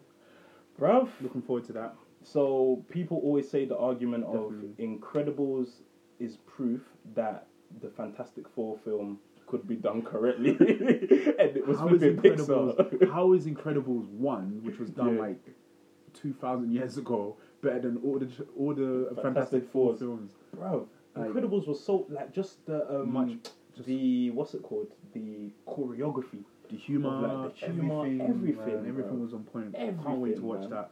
S3: bro.
S4: Looking forward to that.
S3: So people always say the argument of
S4: Definitely.
S3: Incredibles is proof that the Fantastic Four film could be done correctly, and it was
S4: How is
S3: flipping
S4: Incredibles?
S3: Pixar.
S4: how is Incredibles one, which was done
S3: Yeah.
S4: like two thousand years ago, better than all the all the Fantastic,
S3: Fantastic
S4: Four
S3: Fours.
S4: films?
S3: Bro,
S4: Like-
S3: Incredibles was so like just the um,
S4: Much- just-
S3: the what's it called the choreography.
S4: The humor,
S3: Of, like, the humor,
S4: everything,
S3: everything,
S4: man,
S3: bro.
S4: everything was on point. Can't wait to
S3: Everything,
S4: watch
S3: man.
S4: that.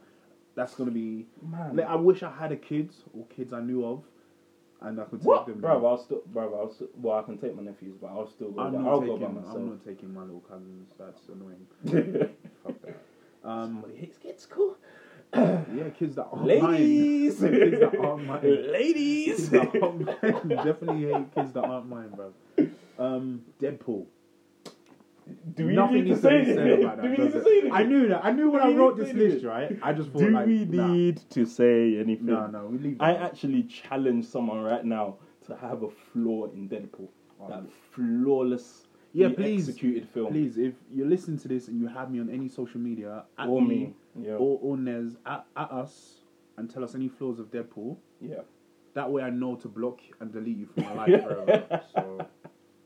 S4: That's gonna be.
S3: Man,
S4: Like, I wish I had a kids or kids I knew of, and I could take
S3: what,
S4: them.
S3: bro? I'll still, bro. I'll still, well, I can take my nephews, but I'll still go.
S4: I'm
S3: by-
S4: not
S3: I'll go by
S4: taking.
S3: myself.
S4: I'm not taking my little cousins. That's annoying. Fuck that. Um,
S3: Somebody hates kids, cool.
S4: yeah, kids that aren't
S3: Ladies,
S4: mine. kids that aren't mine. Kids
S3: ladies.
S4: that aren't mine. Definitely hate kids that aren't mine, bro. Um, Deadpool.
S3: Do we
S4: Nothing
S3: need to
S4: needs
S3: say
S4: be said
S3: anything?
S4: about that,
S3: Do we
S4: does
S3: need to
S4: it?
S3: say anything?
S4: I knew that. I knew when
S3: Do
S4: I
S3: we
S4: wrote
S3: need
S4: this
S3: to say
S4: list, right? I just thought,
S3: Do
S4: like,
S3: we
S4: nah.
S3: need to say anything?
S4: No, no, we leave.
S3: I
S4: that.
S3: actually challenge someone right now to have a flaw in Deadpool. that flawless,
S4: Yeah, please,
S3: executed film.
S4: Please, if you listen to this and you have me on any social media, at
S3: Or me. Yeah.
S4: or, or Nez, at, at us, and tell us any flaws of Deadpool.
S3: Yeah.
S4: That way I know to block and delete you from my life forever. so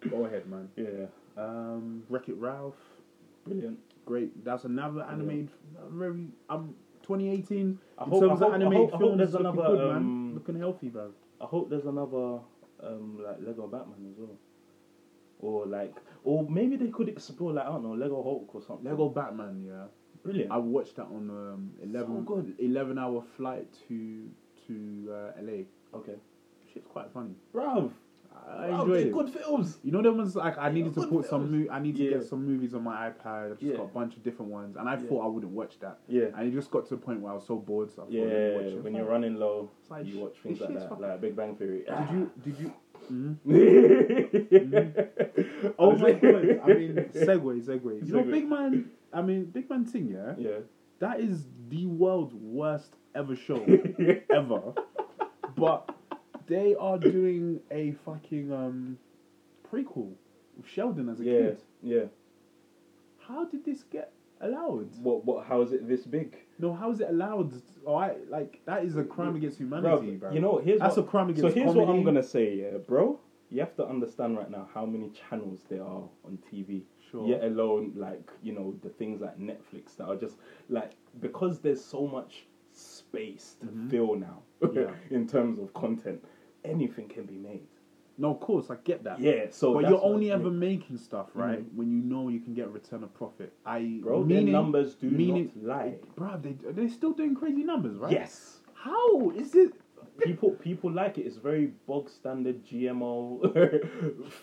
S4: go ahead, man.
S3: Yeah.
S4: Um, Wreck It Ralph,
S3: Brilliant.
S4: great. That's another animated. Very um, 2018.
S3: I
S4: in
S3: hope-
S4: terms
S3: I
S4: of
S3: hope- I
S4: animated
S3: hope- I hope
S4: films,
S3: there's
S4: looking
S3: another,
S4: good,
S3: um,
S4: man. Looking healthy, bro.
S3: I hope there's another um like Lego Batman as well. Or like or maybe they could explore like I don't know, Lego Hulk or something.
S4: Lego Batman, yeah.
S3: Brilliant.
S4: I watched that on um, 11,
S3: So good.
S4: 11 hour flight to to uh, LA.
S3: okay.
S4: Shit's quite funny.
S3: Bruv.
S4: I
S3: bruv,
S4: enjoyed
S3: they're
S4: it.
S3: good films.
S4: You know, there was like I needed to
S3: good
S4: put some.
S3: films.
S4: Mo- I need to
S3: Yeah.
S4: get some movies on my iPad. I've just
S3: Yeah.
S4: got a bunch of different ones, and I
S3: Yeah.
S4: thought I wouldn't watch that.
S3: Yeah.
S4: And it just got to the point where I was so bored. So I thought,
S3: Yeah,
S4: let me watch it.
S3: when you're running low,
S4: It's like
S3: you
S4: sh-
S3: watch things
S4: this
S3: like
S4: shit's
S3: that,
S4: fucking-
S3: like Big Bang Theory.
S4: Did you? Did you? Mm?
S3: oh
S4: Oh my god! I mean, segue, segue. You know,
S3: Segue.
S4: Big Man. I mean, Big Man Thing. Yeah,
S3: Yeah.
S4: that is the world's worst ever show ever. But they are doing a fucking um prequel with Sheldon as a
S3: Yeah.
S4: kid.
S3: Yeah.
S4: How did this get allowed?
S3: What? What? How is it this big?
S4: No, how is it allowed? All right, like that is a crime against humanity,
S3: Bruv,
S4: bro.
S3: you know, here's
S4: that's
S3: what,
S4: a crime
S3: So
S4: against.
S3: here's what
S4: comedy.
S3: I'm gonna say, yeah, bro. You have to understand right now how many channels there are on TV.
S4: Sure.
S3: Yet alone, like you know, the things like Netflix that are just like because there's so much space to fill now
S4: Mm-hmm. Yeah.
S3: in terms of content, anything can be made.
S4: No, of course, I get that.
S3: Yeah. So,
S4: but
S3: that's
S4: you're
S3: what- Mm.
S4: only ever making stuff right when you know you can get a return of profit. I
S3: Bro, their
S4: meaning,
S3: numbers do
S4: meaning,
S3: not lie.
S4: Bro, they they're still doing crazy numbers, right?
S3: Yes.
S4: How is it?
S3: People people like it. It's very bog standard GMO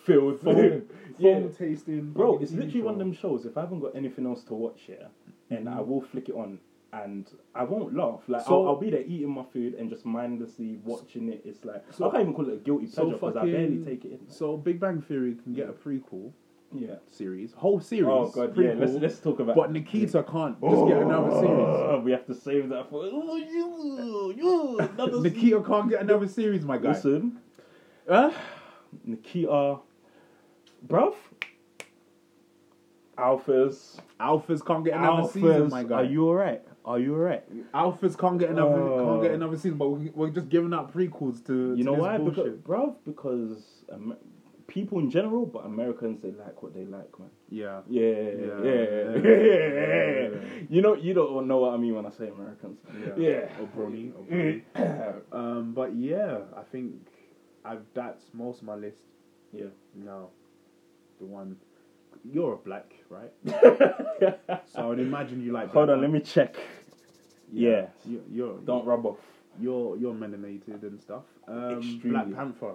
S3: filled.
S4: Foam,
S3: Yeah.
S4: foam tasting,
S3: Bro,
S4: fucking
S3: it's
S4: TV
S3: literally one of
S4: show.
S3: them shows. If I haven't got anything else to watch here, and I will flick it on, and I won't laugh. Like
S4: So-
S3: I'll, I'll be there eating my food and just mindlessly watching it. It's like
S4: So-
S3: I can't even call it a guilty
S4: So
S3: pleasure because I barely
S4: fucking-
S3: take it in.
S4: So Big Bang Theory can get
S3: Yeah.
S4: a prequel
S3: Yeah.
S4: series, whole series.
S3: Oh god, yeah. Let's
S4: prequel,
S3: let's talk about.
S4: But Nikita can't just get another series.
S3: Oh, we have to save that for oh, you you another
S4: Nikita can't get another series, my guy.
S3: Oh. Listen,
S4: Huh?
S3: Nikita, bruv, alphas.
S4: Alphas can't get another season, my guy.
S3: Are you alright? Are you alright?
S4: Alphas can't get another
S3: Oh.
S4: can't get another season, but we- we're just giving out prequels to
S3: You
S4: to
S3: know
S4: this
S3: why? Because,
S4: Bullshit.
S3: bruv, because Amer- people in general, but Americans, they like what they like, man.
S4: Yeah.
S3: Yeah, yeah,
S4: Yeah.
S3: yeah. You know, you don't know what I mean when I say Americans. Yeah.
S4: Or Brony. Or Brony. um, but yeah, I think I've that's most of my list.
S3: Yeah.
S4: No, the one you're a black, right? so I would imagine you like.
S3: Hold
S4: black
S3: on, let me check. Yeah.
S4: You, you're
S3: Don't rub off.
S4: You're you're melanated and stuff. Um,
S3: Extremely.
S4: black Panther.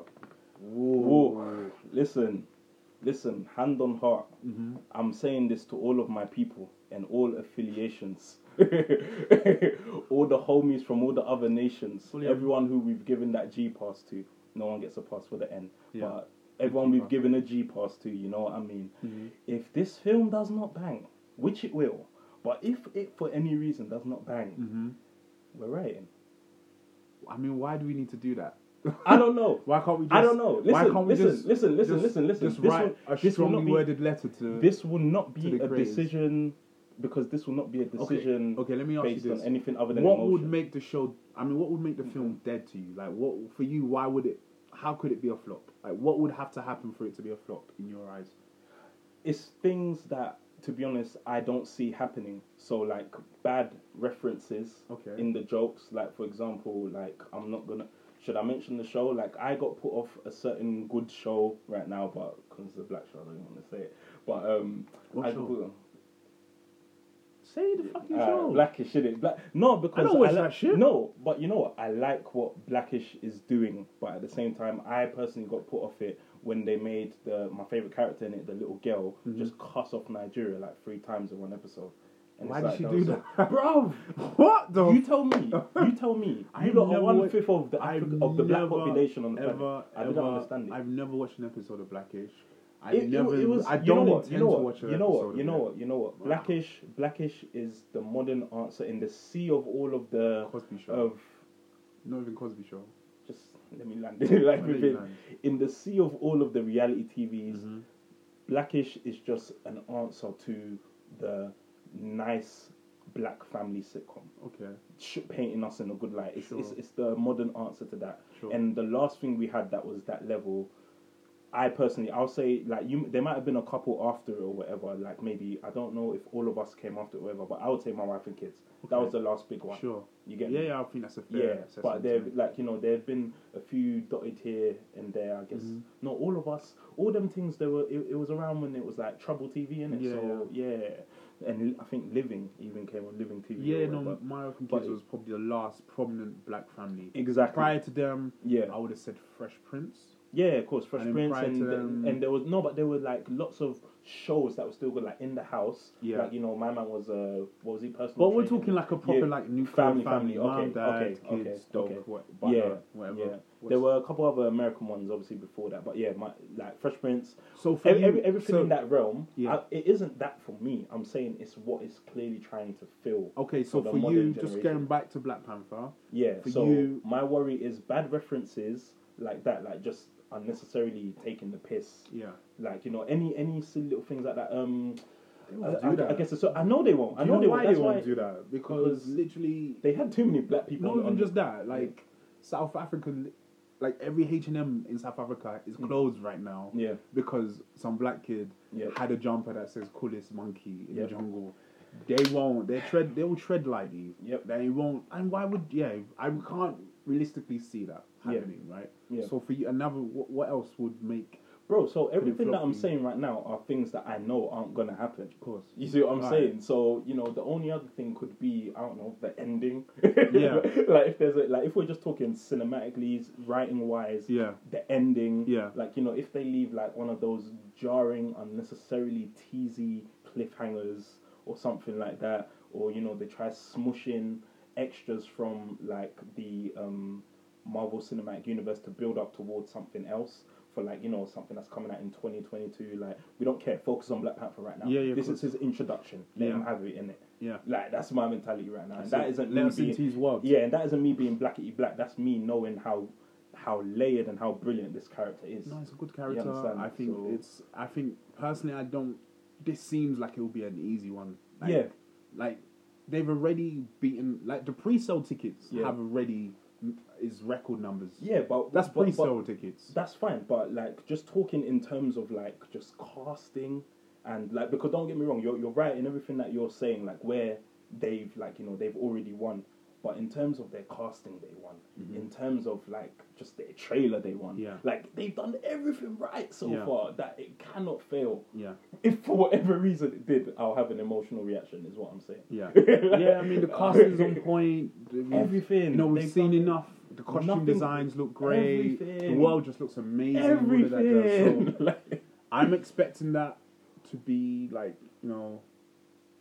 S3: Whoa. Listen, listen, hand on heart. I'm saying this to all of my people and all affiliations. all the homies from all the other nations,
S4: Well, yeah.
S3: everyone who we've given that G pass to, no one gets a pass for the N.
S4: Yeah.
S3: But everyone we've
S4: G-pass.
S3: given a G pass to, you know what I mean? If this film does not bang, which it will, but if it for any reason does not bang, we're writing.
S4: I mean, why do we need to do that?
S3: I don't know.
S4: Why can't we? Just,
S3: I don't know.
S4: why
S3: Listen,
S4: can't we
S3: listen,
S4: just,
S3: listen, listen,
S4: just-
S3: listen, listen.
S4: Just
S3: This
S4: write
S3: will-
S4: a
S3: this will not
S4: strongly
S3: be-
S4: worded letter to
S3: this will not be
S4: the
S3: a
S4: creators.
S3: decision because this will not be a
S4: Okay,
S3: decision
S4: Okay, let me ask
S3: based
S4: you this:
S3: on anything other than
S4: what
S3: emotion.
S4: would make the show? I mean, what would make the film dead to you? Like, what for you? Why would it? How could it be a flop? Like, what would have to happen for it to be a flop in your eyes?
S3: it's things that to be honest I don't see happening. So like bad references
S4: Okay.
S3: in the jokes. Like for example, like I'm not gonna should I mention the show? Like I got put off a certain good show right now, but because it's a black show, I don't want to say it. But um,
S4: What
S3: I
S4: show?
S3: put-
S4: Say the fucking
S3: Uh,
S4: show.
S3: Blackish, is it? Black. No, because
S4: watch
S3: li-
S4: that shit.
S3: No, but you know what? I like what Blackish is doing, but at the same time, I personally got put off it when they made the my favorite character in it, the little girl,
S4: Mm-hmm.
S3: just cuss off Nigeria like three times in one episode. And
S4: Why
S3: it's
S4: did
S3: like,
S4: she
S3: was
S4: do
S3: so-
S4: that, bro? What the?
S3: You tell me. You tell me.
S4: I
S3: You lot
S4: never
S3: are
S4: wa-
S3: one fifth of the
S4: I've
S3: Afri- of the black
S4: never,
S3: population on the
S4: ever,
S3: planet. I
S4: ever,
S3: didn't understand it.
S4: I've never watched an episode of Blackish. I
S3: It- it-
S4: never.
S3: it was-
S4: I
S3: you know
S4: don't
S3: what,
S4: intend
S3: you know
S4: to
S3: what,
S4: watch an
S3: You know
S4: episode
S3: what?
S4: of
S3: You know
S4: it.
S3: what? You know what?
S4: Wow.
S3: Blackish, Blackish is the modern answer in the sea of all of the
S4: Cosby Show.
S3: of
S4: Not even Cosby Show.
S3: just let me land it like
S4: Let me
S3: within,
S4: land. Mm-hmm.
S3: in the sea of all of the reality TVs, Blackish is just an answer to the nice black family sitcom
S4: Okay.
S3: sh- painting us in a good light. It's, it's,
S4: Sure.
S3: it's the modern answer to that.
S4: Sure.
S3: And the last thing we had that was that level. I personally, I'll say like you. There might have been a couple after it or whatever. Like maybe I don't know if all of us came after it or whatever. But I would say my wife and kids. That
S4: Okay.
S3: was the last big one.
S4: Sure.
S3: You get me?
S4: yeah, yeah, I think that's a fair
S3: Yeah,
S4: assessment.
S3: but
S4: to
S3: they've
S4: make.
S3: like you know there have been a few dotted here and there. I guess
S4: Mm-hmm.
S3: not all of us, all them things. There were it, it was around when it was like trouble TV and it.
S4: Yeah,
S3: so yeah. and I think Living even came on Living TV. or
S4: Yeah, no,
S3: whatever.
S4: my African
S3: but
S4: Kids
S3: it-
S4: was probably the last prominent black family.
S3: Exactly.
S4: Prior to them,
S3: Yeah.
S4: I would have said Fresh Prince.
S3: Yeah, of course, Fresh
S4: And then
S3: Prince,
S4: prior to
S3: and,
S4: them-
S3: and there was no, but there were like lots of shows that were still good, like in the house.
S4: Yeah.
S3: like you know, my man was uh, what was he personal?
S4: But we're
S3: trainer?
S4: talking like a proper
S3: Yeah.
S4: like nuclear
S3: Family,
S4: family,
S3: family,
S4: mom,
S3: okay,
S4: dad,
S3: okay, okay,
S4: kids, dog,
S3: okay.
S4: what,
S3: yeah,
S4: butler, whatever.
S3: uh, yeah.
S4: What's-
S3: There were a couple other American ones, obviously, before that. But yeah, my like Fresh Prince.
S4: So for
S3: Every,
S4: you-
S3: every, everything
S4: so-
S3: in that realm,
S4: Yeah.
S3: I, it isn't that for me. I'm saying it's what it's clearly trying to fill.
S4: Okay, so
S3: the
S4: for you,
S3: modern
S4: just
S3: generation.
S4: going back to Black Panther.
S3: Yeah,
S4: for
S3: so
S4: you-
S3: my worry is bad references like that, like just unnecessarily taking the piss.
S4: Yeah.
S3: Like you know, any any silly little things like that. Um, I,
S4: won't
S3: I-
S4: do that.
S3: I guess it's, so- I know they won't. I
S4: Do
S3: know,
S4: you
S3: they
S4: know
S3: won't.
S4: why
S3: That's
S4: they
S3: why
S4: won't do that? Because,
S3: because
S4: literally,
S3: they had too many black people.
S4: not
S3: on,
S4: even
S3: on-
S4: just that. Like South African, like every H and M in South Africa is closed right now.
S3: Mm. Yeah.
S4: because some black kid
S3: Yeah.
S4: had a jumper that says "coolest monkey in
S3: Yeah.
S4: the jungle." They won't. They tread. They will tread lightly.
S3: Yep.
S4: They won't. And why would? Yeah. I can't realistically see that
S3: Yeah.
S4: happening. Right.
S3: Yeah.
S4: So for you, another. What, what else would make?
S3: bro. So everything that I'm
S4: floppy.
S3: saying right now are things that I know aren't gonna happen.
S4: Of course.
S3: You see what I'm
S4: Right.
S3: saying? So you know, the only other thing could be I don't know the ending.
S4: Yeah.
S3: like if there's a, like if we're just talking cinematically, writing wise.
S4: Yeah.
S3: The ending.
S4: Yeah.
S3: Like you know, if they leave like one of those jarring, unnecessarily teasy cliffhangers or something like that, or you know they try smushing extras from like the um, Marvel Cinematic Universe to build up towards something else. For like you know something that's coming out in twenty twenty two, like we don't care. Focus on Black Panther right now.
S4: Yeah, yeah,
S3: This
S4: cool.
S3: is his introduction. Let
S4: Yeah.
S3: him have it in it.
S4: Yeah.
S3: Like that's my mentality right now. And
S4: That's
S3: that
S4: it.
S3: isn't
S4: Let
S3: me
S4: us into
S3: being-
S4: his world.
S3: Yeah, and that isn't me being blackety black. That's me knowing how how layered and how brilliant this character is.
S4: No, it's a good
S3: You
S4: character.
S3: understand?
S4: I think
S3: So-
S4: it's. I think personally, I don't. This seems like it will be an easy one. Like,
S3: Yeah.
S4: Like they've already beaten. Like the pre-sale tickets
S3: Yeah.
S4: have already is record numbers.
S3: Yeah, but
S4: That's
S3: but- but-
S4: pre-sale tickets.
S3: That's fine, but like just talking in terms of like just casting and like because don't get me wrong, you're you're right in everything that you're saying, like where they've like you know they've already won, but in terms of their casting, they won. In terms of like just their trailer, they won.
S4: Mm-hmm. Yeah.
S3: like they've done everything right so
S4: Yeah.
S3: far that it cannot fail.
S4: yeah.
S3: if for whatever reason it did, I'll have an emotional reaction. Is what I'm saying.
S4: Yeah. yeah, I mean, the casting's on point. We've-
S3: Everything.
S4: You know, we've
S3: They've
S4: seen
S3: done it.
S4: enough. The costume
S3: Nothing-
S4: designs look great. The
S3: Everything.
S4: world just looks amazing. all of that jazz.
S3: Everything.
S4: So
S3: Like,
S4: I'm expecting that to be, like, you know,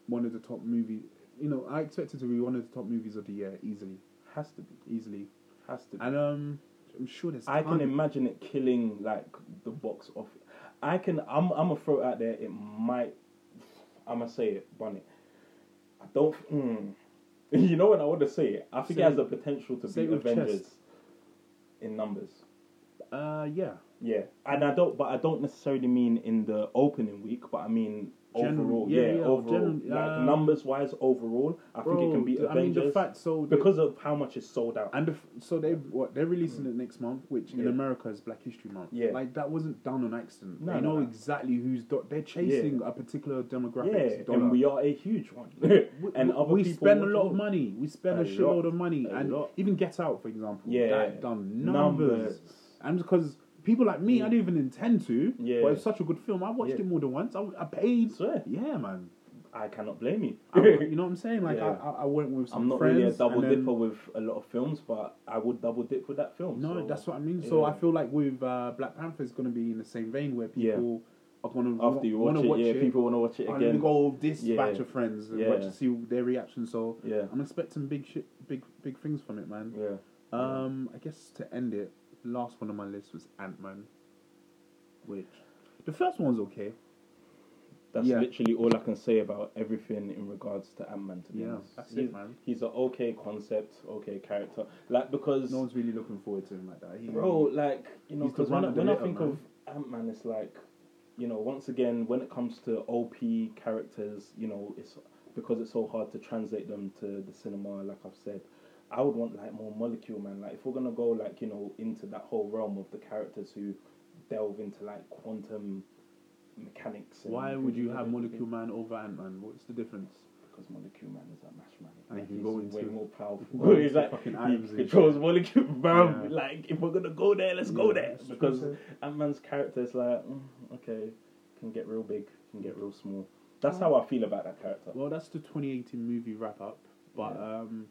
S4: one of the top movies. You know, I expect it to be one of the top movies of the year, easily.
S3: has to be.
S4: Easily.
S3: Has to be.
S4: And um, I'm sure there's.
S3: I can
S4: tons-
S3: imagine it killing like the box office. I can. I'm. I'm gonna throw it out there. It might. I'm gonna say it, Bunny. I don't. Mm, you know what I want to say? It. I think
S4: Say-
S3: it has the potential to
S4: say it
S3: be
S4: with
S3: Avengers
S4: chest.
S3: in numbers.
S4: Uh, yeah.
S3: Yeah, and I don't. But I don't necessarily mean in the opening week. But I mean
S4: Generally,
S3: overall.
S4: yeah,
S3: Yeah,
S4: yeah,
S3: overall.
S4: generally,
S3: like
S4: uh,
S3: numbers wise, overall, I think it
S4: Bro,
S3: can be
S4: the-
S3: Avengers.
S4: I mean, the fact so the-
S3: because of how much it's sold out.
S4: and the, f- so they what they're releasing it next month, which in
S3: Yeah.
S4: America is Black History Month.
S3: Yeah.
S4: like that wasn't done on accident.
S3: No,
S4: they
S3: no,
S4: know
S3: no.
S4: exactly who's do- they're chasing a particular demographic.
S3: yeah,
S4: dollar.
S3: and we are a huge one.
S4: We-
S3: and
S4: we,
S3: other
S4: we
S3: people
S4: spend a
S3: want to
S4: lot of
S3: watch.
S4: money. We spend a,
S3: A
S4: shitload
S3: lot.
S4: of money,
S3: A
S4: and
S3: lot.
S4: even Get Out, for example,
S3: Yeah.
S4: that done numbers.
S3: Numbers.
S4: And because people like me, I didn't even intend to.
S3: Yeah.
S4: but it's such a good film. I watched
S3: Yeah.
S4: it more than once. I, I paid.
S3: Swear.
S4: Yeah, man.
S3: I cannot blame you.
S4: I, you know what I'm saying? Like
S3: Yeah.
S4: I, I, I went with some
S3: I'm not
S4: friends.
S3: really a double
S4: and then-
S3: dipper with a lot of films, but I would double dip with that film.
S4: No,
S3: so-
S4: that's what I mean. So I
S3: yeah.
S4: feel like with uh, Black Panther, it's going to be in the same vein where
S3: Yeah.
S4: people are going to
S3: After you watch it, yeah, people want to watch it
S4: I'm going
S3: again.
S4: to go with this
S3: Yeah.
S4: batch of friends and
S3: Yeah.
S4: watch to see their reaction. So
S3: Yeah.
S4: I'm expecting big shit, big big things from it, man.
S3: Yeah.
S4: Um, I guess to end it, last one on my list was Ant Man, which the first one's okay.
S3: That's
S4: Yeah.
S3: literally all I can say about everything in regards to Ant Man. To be
S4: Yeah,
S3: honest,
S4: that's it,
S3: he's,
S4: man.
S3: He's an okay concept, okay character. Like because
S4: No one's really looking forward to him like that. He,
S3: bro, like you know,
S4: He's the
S3: because when,
S4: run
S3: I-
S4: of the
S3: when I
S4: litter,
S3: think
S4: man.
S3: of Ant Man, it's like, you know, once again, when it comes to OP characters, you know, it's because it's so hard to translate them to the cinema. Like I've said, I would want like more Molecule Man. Like if we're gonna go like you know into that whole realm of the characters who delve into like quantum mechanics. and
S4: why would you have
S3: everything.
S4: Molecule Man over Ant Man? What's the difference?
S3: Because Molecule Man is a mash man.
S4: And he
S3: Like,
S4: can
S3: he's
S4: go into-
S3: way more powerful.
S4: go into
S3: he's like,
S4: fucking atoms
S3: he
S4: and
S3: controls Molecule Man.
S4: Yeah.
S3: Like, if we're going to go there, let's go
S4: Yeah,
S3: there.
S4: that's true,
S3: Because
S4: sir.
S3: Ant Man's character is like, mm, okay, can get real big, can get real small. That's how I feel about that character.
S4: Well, that's the 2018 movie wrap up. But
S3: Yeah.
S4: um,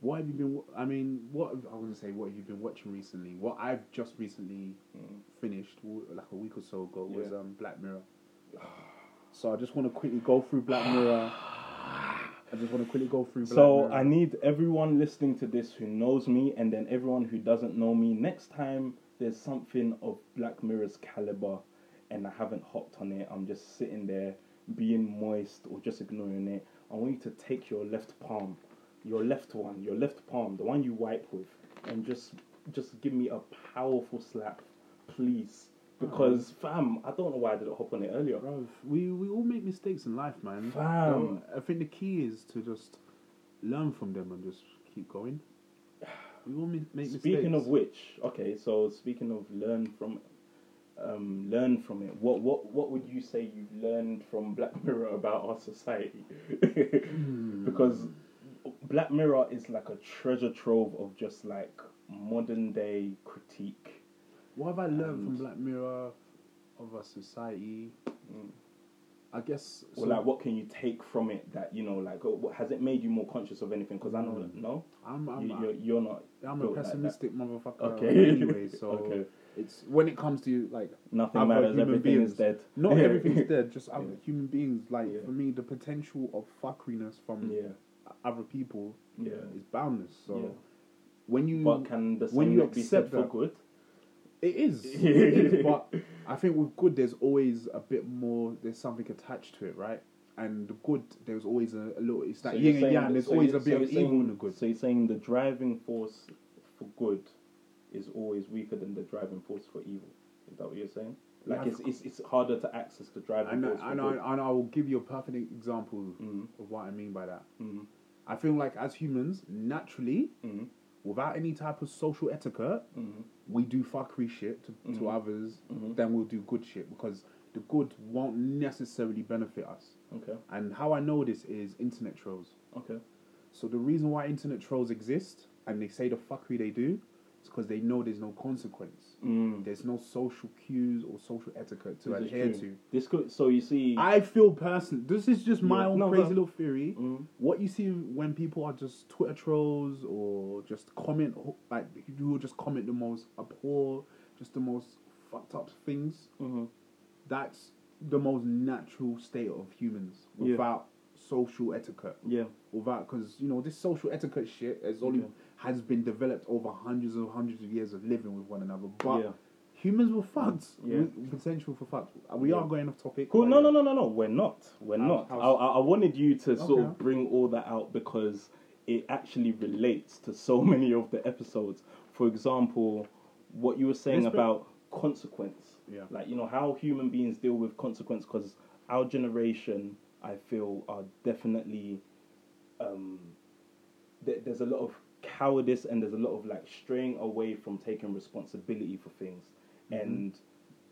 S4: what have you been? wa- I mean, what I want to say? What have you been watching recently? What I've just recently
S3: Mm.
S4: finished, w- like a week or so ago, was
S3: Yeah.
S4: um, Black Mirror. So I just want to quickly go through Black Mirror. I just want to quickly go through. Black
S3: So
S4: Mirror.
S3: I need everyone listening to this who knows me, and then everyone who doesn't know me. Next time there's something of Black Mirror's caliber, and I haven't hopped on it, I'm just sitting there being moist or just ignoring it. I want you to take your left palm, your left one, your left palm, the one you wipe with, and just just give me a powerful slap, please.
S4: Uh-huh.
S3: Because fam, I don't know why I didn't hop on it earlier.
S4: Bruv, we we all make mistakes in life, man.
S3: Fam.
S4: Um, I think the key is to just learn from them and just keep going. We all mi- make
S3: Speaking
S4: mistakes.
S3: of which, okay, so speaking of learn from, um, learn from it. What what what would you say you learned from Black Mirror about our society? because Black Mirror is like a treasure trove of just like modern day critique.
S4: What have I learned from
S3: And-
S4: Black Mirror of our society? I guess.
S3: Or
S4: so-
S3: Mm. like, what can you take from it that you know, like, oh, what- has it made you more conscious of anything? Because I know, that- no,
S4: I'm I'm,
S3: you, you're, you're not.
S4: I'm a
S3: built like that.
S4: pessimistic motherfucker.
S3: Okay.
S4: Anyway, so
S3: Okay.
S4: it's when it comes to like
S3: Nothing
S4: other
S3: matters.
S4: human
S3: Everything
S4: beings,
S3: is dead.
S4: Not everything's dead. Just other
S3: Yeah.
S4: human beings. Like
S3: Yeah.
S4: for me, the potential of fuckiness from
S3: Yeah.
S4: other people
S3: Yeah.
S4: is boundless. So
S3: Yeah.
S4: when you
S3: But can the same
S4: Mm. when you
S3: not be said
S4: accept
S3: for
S4: that-
S3: good?
S4: It is. it is, But I think with good, there's always a bit more. There's something attached to it, right? And the good, there's always a, a little. It's that
S3: So you're
S4: yin and
S3: saying
S4: yang.
S3: that-
S4: There's
S3: so
S4: always
S3: you-
S4: a bit
S3: so
S4: of
S3: you're
S4: evil
S3: saying-
S4: in the good.
S3: So you're saying the driving force for good is always weaker than the driving force for evil. Is that what you're saying? Like
S4: Yeah,
S3: it's, it's it's harder to access the driving
S4: and, I-
S3: force. for
S4: and, I,
S3: good.
S4: and I will give you a perfect example
S3: Mhm.
S4: of what I mean by that.
S3: Mhm.
S4: I feel like as humans, naturally,
S3: Mhm.
S4: without any type of social etiquette,
S3: Mhm.
S4: we do fuckery shit to, to others
S3: Mhm.
S4: Then we'll do good shit because the good won't necessarily benefit us.
S3: Okay.
S4: And how I know this is internet trolls.
S3: Okay.
S4: So the reason why internet trolls exist and they say the fuckery they do is because they know there's no consequence.
S3: Mm.
S4: There's no social cues or social etiquette to
S3: This is
S4: adhere
S3: true.
S4: to.
S3: This could so you see.
S4: I feel personally, this is just my
S3: Yeah.
S4: own
S3: No,
S4: crazy
S3: but-
S4: little theory.
S3: Mm.
S4: What you see when people are just Twitter trolls or just comment, like, you will just comment the most abhor, just the most fucked up things.
S3: Mhm.
S4: That's the most natural state of humans
S3: Yeah.
S4: without social etiquette.
S3: Yeah.
S4: Without, because, you know, this social etiquette shit has, only,
S3: Yeah.
S4: has been developed over hundreds and hundreds of years of living with one another. But
S3: Yeah.
S4: humans were fucked.
S3: Yeah.
S4: We- potential for fucked. We
S3: Yeah.
S4: are going off topic.
S3: Cool.
S4: but
S3: No,
S4: yeah.
S3: no, no, no, no. We're not. We're
S4: How's-
S3: not. I,
S4: how's-
S3: I, I wanted you to sort
S4: Okay.
S3: of bring all that out because it actually relates to so many of the episodes. For example, what you were saying
S4: Let's bring-
S3: about consequence.
S4: Yeah.
S3: Like you know how human beings deal with consequence because our generation, I feel, are definitely. Um, there, there's a lot of cowardice and there's a lot of like straying away from taking responsibility for things and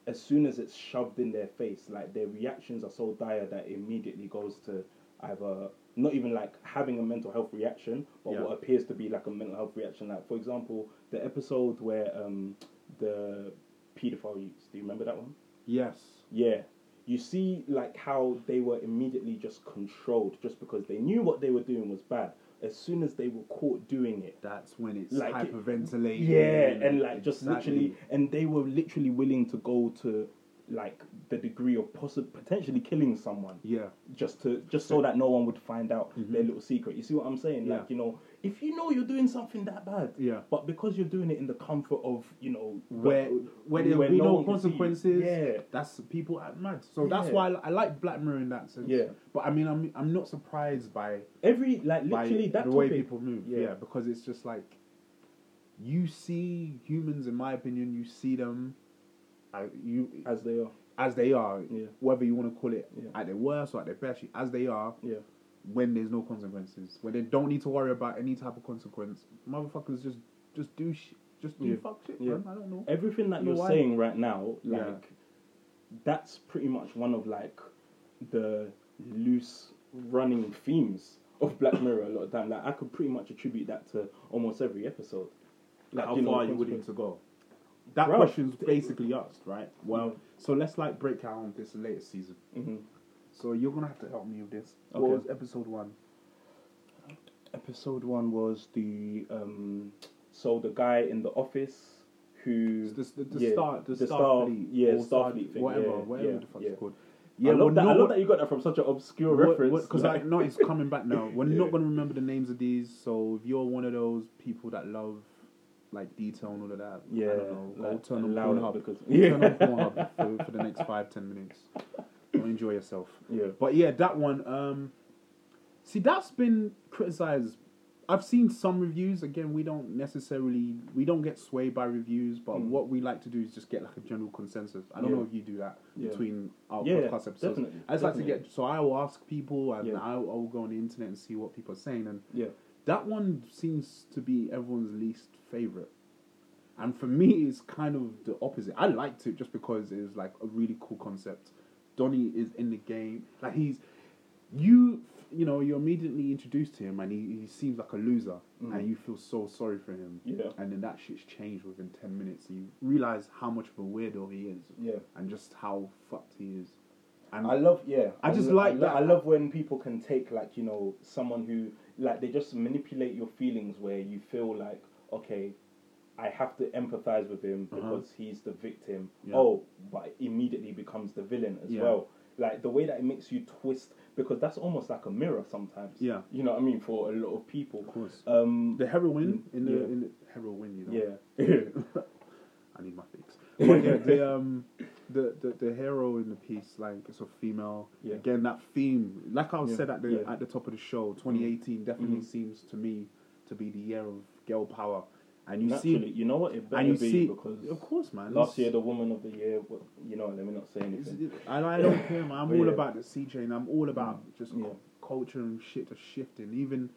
S3: as soon as it's shoved in their face like their reactions are so dire that it immediately goes to either not even like having a mental health reaction but
S4: Yeah.
S3: what appears to be like a mental health reaction like for example the episode where um the pedophile youths do you remember that one
S4: Yes.
S3: yeah. You see, like, how they were immediately just controlled just because they knew what they were doing was bad. As soon as they were caught doing it,
S4: That's when it's
S3: Like it-
S4: hyperventilating.
S3: yeah, and like just
S4: Exactly.
S3: literally, and they were literally willing to go to like the degree of possibly potentially killing someone
S4: Yeah.
S3: just to just so that no one would find out their little secret. You see what I'm saying?
S4: Yeah.
S3: Like you know, if you know you're doing something that bad,
S4: Yeah.
S3: but because you're doing it in the comfort of you know
S4: Where where there will be no,
S3: one can see you.
S4: consequences.
S3: yeah,
S4: That's people act mad. So that's
S3: Yeah.
S4: why I, li- I like Black Mirror in that sense.
S3: Yeah.
S4: But I mean, I'm I'm not surprised by
S3: every like
S4: by
S3: literally that
S4: the way
S3: topic-
S4: people move.
S3: Yeah.
S4: Yeah. because it's just like you see humans. In my opinion, you see them. I, you
S3: as they are.
S4: as they are,
S3: Yeah.
S4: whether you want to call it
S3: Yeah.
S4: at their worst or at their best, you- as they are,
S3: Yeah,
S4: when there's no consequences, when they don't need to worry about any type of consequence, motherfuckers just just do sh- just do
S3: Yeah.
S4: fuck shit,
S3: Yeah.
S4: man. I don't know.
S3: everything that
S4: No,
S3: you're
S4: I-
S3: saying right now, like,
S4: Yeah.
S3: that's pretty much one of like the loose running themes of Black Mirror. A lot of time, like, I could pretty much attribute that to almost every episode.
S4: Like how
S3: you know,
S4: far are you
S3: consequence-
S4: willing to go? That
S3: Bro,
S4: question's basically asked, right? Well,
S3: Mm.
S4: so let's like break down this latest season.
S3: Mhm.
S4: So you're gonna have to help me with this. What
S3: Okay.
S4: was episode one?
S3: Episode one was the um, so the guy in the office who
S4: The, the, the
S3: yeah,
S4: star, the,
S3: the
S4: Starfleet,
S3: star, yeah,
S4: or Star-
S3: Starfleet thing,
S4: whatever,
S3: yeah,
S4: whatever
S3: yeah,
S4: the fuck
S3: yeah.
S4: it's called.
S3: I love, that, I
S4: not-
S3: love that you got that from such an obscure reference.
S4: Because I
S3: like-
S4: know it's coming back now. We're
S3: Yeah.
S4: not going to remember the names of these. So if you're one of those people that love like detail and all of that,
S3: Yeah,
S4: I don't know, go
S3: like,
S4: turn on
S3: allow it
S4: Pornhub
S3: because-
S4: yeah. turn on Pornhub for, for the next five ten minutes. Don't enjoy yourself.
S3: Yeah.
S4: but yeah, that one. Um, see, that's been criticized. I've seen some reviews. Again, we don't necessarily we don't get swayed by reviews, but
S3: Mm.
S4: what we like to do is just get like a general consensus. I don't
S3: Yeah.
S4: know if you do that
S3: Yeah.
S4: between our
S3: Yeah,
S4: podcast episodes.
S3: definitely,
S4: I just like to
S3: definitely.
S4: get so I will ask people and
S3: Yeah.
S4: I, I will go on the internet and see what people are saying. And
S3: yeah,
S4: that one seems to be everyone's least favorite. And for me, it's kind of the opposite. I liked it just because it was like a really cool concept. Donnie is in the game. Like he's, you, you know, you're immediately introduced to him and he, he seems like a loser and you feel so sorry for him.
S3: Mm. Yeah.
S4: And then that shit's changed within 10 minutes. You realize how much of a weirdo he is.
S3: Yeah.
S4: And just how fucked he is. And
S3: I love yeah.
S4: I just
S3: lo-
S4: like
S3: lo-
S4: that.
S3: I love when people can take like you know someone who like they just manipulate your feelings where you feel like okay, I have to empathize with him because he's the victim.
S4: Yeah.
S3: Oh, but immediately becomes the villain as
S4: Yeah.
S3: well. Like the way that it makes you twist because that's almost like a mirror sometimes.
S4: Yeah.
S3: you know what I mean for a lot of people. Of
S4: course.
S3: Um,
S4: the heroine in the,
S3: Yeah.
S4: in the heroine, you know.
S3: yeah,
S4: I need my fix. But yeah, the um, the, the the hero in the piece, like it's a female.
S3: Yeah.
S4: Again, that theme, like I
S3: Yeah.
S4: said at the
S3: Yeah. Mm-hmm.
S4: at the top of the show, 2018 definitely seems to me to be the year of girl power, and you
S3: naturally.
S4: see,
S3: you know what? It better
S4: and you
S3: be
S4: see,
S3: because
S4: of course, man.
S3: last
S4: it's-
S3: year the woman of the year. wa- You know, let me not say
S4: it's-
S3: anything.
S4: it- I, I don't care, man. I'm
S3: But
S4: all
S3: yeah. Mm-hmm.
S4: about the sea chain. I'm all about just
S3: Yeah.
S4: cu- culture and shit just shifting, even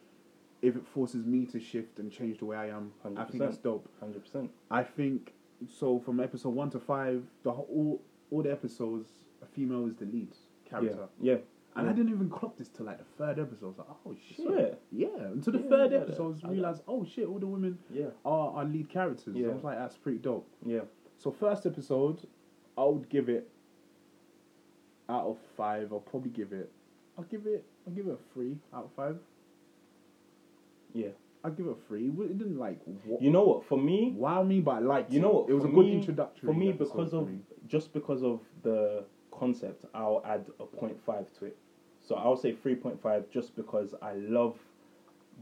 S4: if it forces me to shift and change the way I am. I think
S3: 100%.
S4: that's dope.
S3: Hundred percent.
S4: I think so. From episode one to five, the whole, all all the episodes, a female is the lead
S3: Yeah.
S4: character,
S3: Yeah.
S4: and And I didn't even clock this till like the third episode. I was like, oh shit.
S3: Swear.
S4: Yeah. Until the
S3: Yeah,
S4: third
S3: yeah,
S4: episode, I was
S3: yeah.
S4: realized, oh shit, all the women
S3: Yeah.
S4: are our lead characters.
S3: Yeah.
S4: I was like, that's pretty dope.
S3: Yeah.
S4: So first episode, I would give it out of five. I'll probably give it. I'll give it. I'll give it a three out of five.
S3: Yeah.
S4: I'll give it a three. It didn't like wa-
S3: You know what? For me,
S4: wow me, but I liked
S3: you
S4: it.
S3: know what?
S4: It was
S3: for
S4: a good
S3: me-
S4: introductory
S3: For me,
S4: episode
S3: because
S4: for
S3: of
S4: me.
S3: just because of the concept, I'll add a 0.5 to it. So I'll say 3.5 just because I love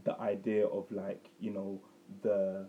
S3: the idea of like you know the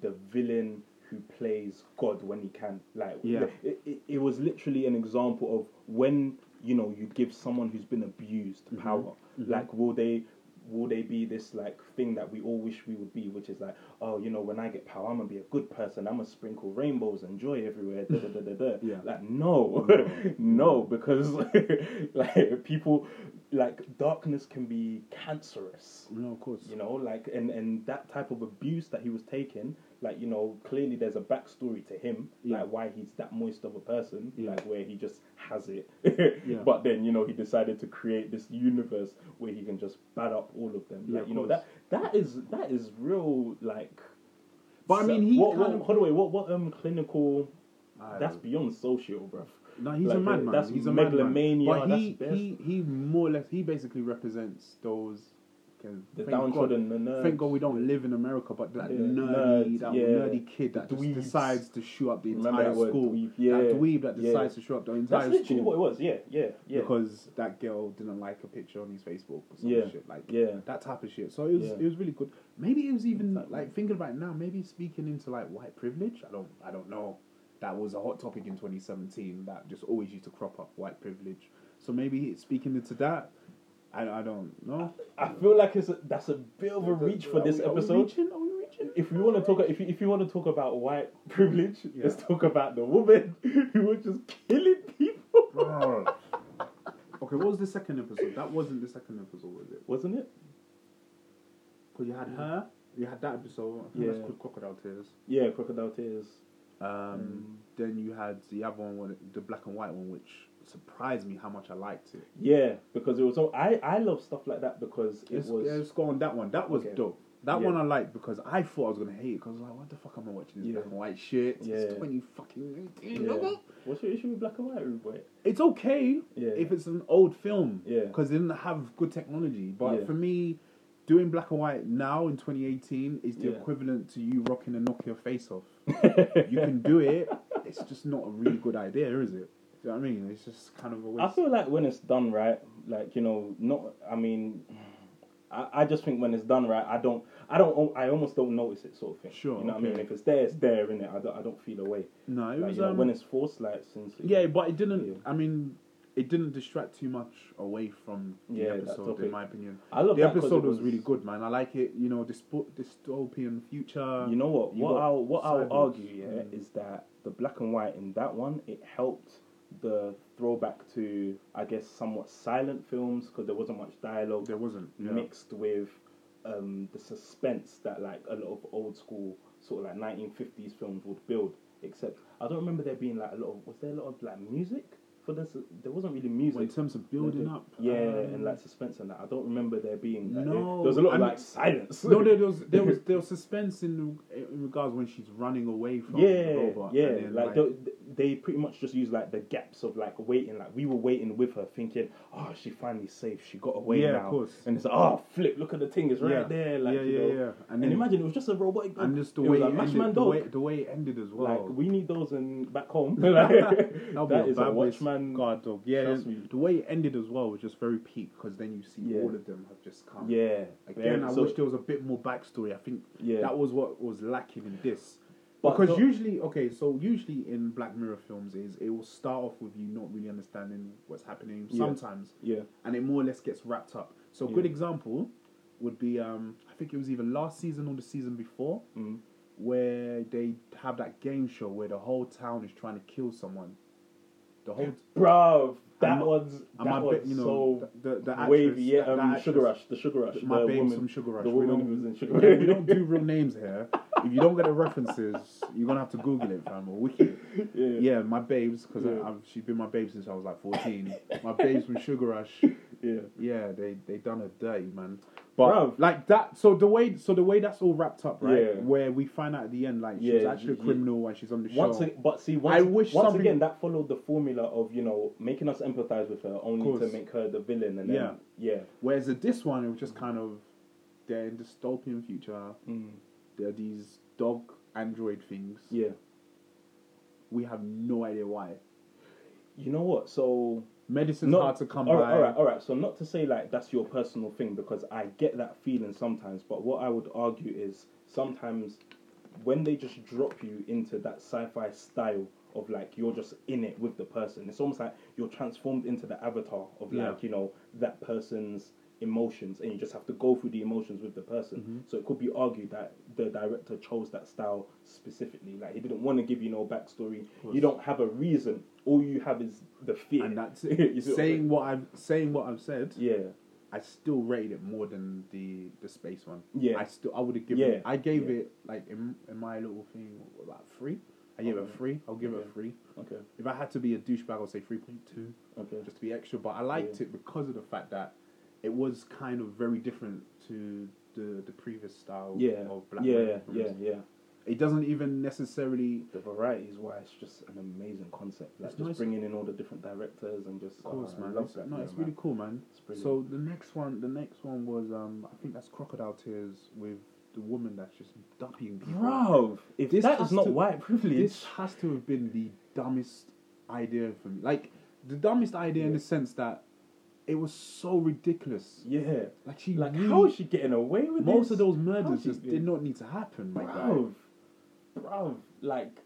S3: the villain who plays God when he can. Like
S4: Yeah.
S3: it, it, it was literally an example of when you know you give someone who's been abused power. Like will they will they be this like thing that we all wish we would be, which is like oh you know when I get power I'm gonna be a good person. I'm gonna sprinkle rainbows and joy everywhere. Da, da, da, da, da.
S4: Yeah.
S3: Like no, no, because like people like darkness can be cancerous
S4: No, of course.
S3: you know like and and that type of abuse that he was taking like you know clearly there's a backstory to him
S4: Yeah.
S3: like why he's that moist of a person
S4: Yeah.
S3: like where he just has it
S4: Yeah.
S3: but then you know he decided to create this universe where he can just bat up all of them
S4: Yeah,
S3: like
S4: of
S3: you know
S4: course.
S3: that that is that is real like
S4: But I
S3: so-
S4: mean, he
S3: what,
S4: kind
S3: what,
S4: of-
S3: hold away what what um clinical
S4: I-
S3: that's beyond social bruv
S4: No, he's
S3: Like,
S4: a madman.
S3: that's
S4: he's a madman.
S3: megalomania,
S4: But
S3: that's
S4: he,
S3: best.
S4: he, he more or less he basically represents those. okay,
S3: the
S4: thank
S3: downtrodden
S4: God-
S3: the nerds.
S4: Thank God we don't live in America, but that
S3: Yeah.
S4: nerdy,
S3: Nerds,
S4: that
S3: yeah.
S4: nerdy kid that
S3: Dweebs.
S4: just decides to shoot up the
S3: Remember
S4: entire
S3: that word,
S4: school.
S3: dweeb, yeah,
S4: That dweeb that
S3: yeah.
S4: decides to shoot up the entire
S3: that's literally
S4: school
S3: what it was yeah yeah yeah
S4: because that girl didn't like a picture on his Facebook or some
S3: Yeah.
S4: shit like
S3: Yeah.
S4: that type of shit. So it was
S3: Yeah.
S4: it was really good. Maybe it was even like thinking about it now. Maybe speaking into like white privilege. I don't I don't know. That was a hot topic in 2017 that just always used to crop up white privilege. So maybe it's speaking into that. I, I don't know.
S3: I feel like it's a, that's a bit of a reach for
S4: Are
S3: this
S4: we- Are we
S3: episode.
S4: reaching? Are we reaching?
S3: If you want to talk, if you, if you want to talk about white privilege, let's talk about the woman who was just killing people,
S4: okay, what was the second episode? That wasn't the second episode, was it?
S3: wasn't it?
S4: Because you had her, you had that episode. I think
S3: Yeah.
S4: that's called Crocodile Tears.
S3: Yeah, crocodile tears.
S4: Um, Then you had the other one, one, the black and white one, which surprised me how much I liked it.
S3: Yeah, because it was. all- I I love stuff like that because it
S4: Let's,
S3: was.
S4: let's go on that one. That was
S3: Okay.
S4: dope. That
S3: Yeah.
S4: one I liked because I thought I was gonna hate it because I was like, what the fuck am I watching this
S3: Yeah.
S4: black and white shit?
S3: Yeah.
S4: It's twenty fucking
S3: yeah.
S4: eighteen. nigga."
S3: What's your issue with black and white, rude boy?
S4: It's okay
S3: Yeah.
S4: if it's an old film
S3: Yeah.
S4: because they didn't have good technology. But
S3: Yeah.
S4: for me, doing black and white now in twenty eighteen is the
S3: Yeah.
S4: equivalent to you rocking a Nokia face off. you can do it. It's just not a really good idea, is it? Do you know what I mean? It's just kind of a waste.
S3: I feel like when it's done right, like you know, not. I mean, I, I just think when it's done right, I don't, I don't, I almost don't notice it, sort of thing.
S4: Sure,
S3: you know what I mean?
S4: okay.
S3: If it's there, it's there, innit? I don't, I don't feel away.
S4: No, it
S3: like,
S4: was,
S3: you know,
S4: um,
S3: when it's forced, like since
S4: Yeah, but it didn't.
S3: Yeah.
S4: I mean, it didn't distract too much away from the
S3: Yeah, that
S4: episode,
S3: topic.
S4: in my opinion.
S3: I love
S4: the
S3: that 'cause
S4: episode
S3: it
S4: was,
S3: was-
S4: really good, man. I like it. You know, dyspo- dystopian future.
S3: you know what?
S4: You
S3: what
S4: got
S3: I'll, what I'll
S4: cyborgs.
S3: argue, yeah,
S4: Mm.
S3: is that the black and white in that one it helped the throwback to, I guess, somewhat silent films because there wasn't much dialogue.
S4: there wasn't. Yeah.
S3: mixed with um, the suspense that like a lot of old school sort of like nineteen fifties films would build. Except I don't remember there being like a lot of was there a lot of like music for this? There wasn't really music.
S4: Well, in terms of building
S3: Like,
S4: up,
S3: yeah,
S4: um,
S3: and like suspense and that. I don't remember there being. Like,
S4: No,
S3: there was a lot of
S4: I'm-
S3: like silence.
S4: no, there, there was there was there was suspense in, in regards when she's running away from
S3: yeah,
S4: the robot.
S3: yeah.
S4: and then,
S3: like they, they pretty much just use like the gaps of like waiting. Like we were waiting with her, thinking, "Oh, she finally safe. She got away
S4: Yeah,
S3: now."
S4: of course.
S3: And it's like, "Oh, flip! Look at the thing. It's right
S4: Yeah.
S3: there." Like,
S4: Yeah,
S3: you
S4: yeah,
S3: know.
S4: yeah.
S3: And,
S4: And then-
S3: imagine it was just a robotic. dog.
S4: and just the
S3: It was
S4: way,
S3: like
S4: it
S3: Matchman
S4: ended, the
S3: dog.
S4: way the way it ended as well.
S3: Like we need those in back home. Like,
S4: That'll
S3: that
S4: be
S3: is
S4: a
S3: a
S4: bad
S3: Watchman.
S4: guard dog. Yeah,
S3: Trust me.
S4: the way it ended as well was just very peak because then you see
S3: Yeah.
S4: all of them have just come.
S3: Yeah.
S4: Again,
S3: very-
S4: I
S3: so-
S4: wish there was a bit more backstory. I think
S3: Yeah.
S4: that was what was lacking in this.
S3: But
S4: because
S3: the-
S4: usually, okay, so usually in Black Mirror films is it will start off with you not really understanding what's happening
S3: Yeah.
S4: sometimes,
S3: Yeah.
S4: and it more or less gets wrapped up. So a good example would be, um, I think it was either last season or the season before,
S3: Mm.
S4: where they have that game show where the whole town is trying to kill someone. The whole
S3: Bruv, that
S4: I'm-
S3: one's
S4: I'm
S3: that
S4: a bit,
S3: one's
S4: you know,
S3: so
S4: the- the- the actress-
S3: wavy. Yeah,
S4: that-
S3: um,
S4: that
S3: Sugar
S4: actress-
S3: Rush, the Sugar Rush,
S4: my
S3: the
S4: babe's
S3: woman,
S4: from Sugar Rush.
S3: the
S4: we
S3: woman
S4: don't,
S3: who was in Sugar
S4: yeah,
S3: Rush.
S4: we don't do real names here. If you don't get the references, you're gonna have to Google it, fam. Or wiki. it.
S3: Yeah.
S4: yeah my babes, because
S3: Yeah.
S4: I've she's been my babe since I was like 14. my babes from Sugar Rush.
S3: Yeah.
S4: Yeah, they they done a dirty man. But
S3: Bruv.
S4: like that, so the way so the way that's all wrapped up, right?
S3: Yeah.
S4: Where we find out at the end, like she's
S3: Yeah,
S4: actually a
S3: yeah.
S4: criminal and she's on the
S3: Once,
S4: show.
S3: a- but see, once,
S4: I wish
S3: once
S4: something-
S3: again that followed the formula of you know making us empathize with her only to
S4: Course.
S3: make her the villain, and then yeah,
S4: Yeah. Whereas at this one, it was just kind of they're in dystopian future.
S3: Mm.
S4: There are these dog android things.
S3: yeah.
S4: We have no idea why.
S3: You know what? So
S4: Medicine's hard to come
S3: all
S4: by.
S3: right, all right, all right. So not to say like that's your personal thing because I get that feeling sometimes, but what I would argue is sometimes when they just drop you into that sci-fi style of like you're just in it with the person, it's almost like you're transformed into the avatar of
S4: Yeah.
S3: like you know that person's emotions, and you just have to go through the emotions with the person.
S4: Mm-hmm.
S3: So it could be argued that the director chose that style specifically. Like he didn't want to give you no backstory. You don't have a reason. All you have is the fear.
S4: And that's
S3: You
S4: it.
S3: see what I'm
S4: saying what I've saying what I've said.
S3: yeah,
S4: I still rated it more than the the space one.
S3: Yeah.
S4: I still I would have given
S3: Yeah.
S4: it. I gave
S3: Yeah.
S4: it like in, in my little thing like three. I gave it
S3: Okay.
S4: a three. I'll give it
S3: Okay.
S4: a three.
S3: okay,
S4: If I had to be a douchebag, I'll say three point two,
S3: okay.
S4: just to be extra. But I liked
S3: Yeah.
S4: it because of the fact that it was kind of very different to the the previous style
S3: yeah,
S4: of black.
S3: yeah,
S4: Mirror
S3: yeah,
S4: films.
S3: yeah.
S4: It doesn't even necessarily.
S3: The variety is why it's just an amazing concept. Like
S4: It's
S3: just
S4: nice.
S3: bringing in all the different directors and just.
S4: Of course,
S3: oh, I
S4: man.
S3: love
S4: It's-
S3: that.
S4: no,
S3: yeah,
S4: it's
S3: man.
S4: really cool, man.
S3: It's brilliant.
S4: So the next one, the next one was um, I think that's Crocodile Tears with the woman that's just dumping people.
S3: Bruv, if
S4: This
S3: that
S4: has
S3: is not
S4: to-
S3: white privilege,
S4: This has to have been the dumbest idea for me. Like the dumbest idea in
S3: Yeah.
S4: the sense that it was so ridiculous.
S3: yeah.
S4: Like she,
S3: Like,
S4: really-
S3: how is she getting away with
S4: most
S3: this?
S4: of those
S3: How's
S4: murders
S3: she
S4: just
S3: doing-
S4: did not need to happen, my guy.
S3: Bruv, bruv, like.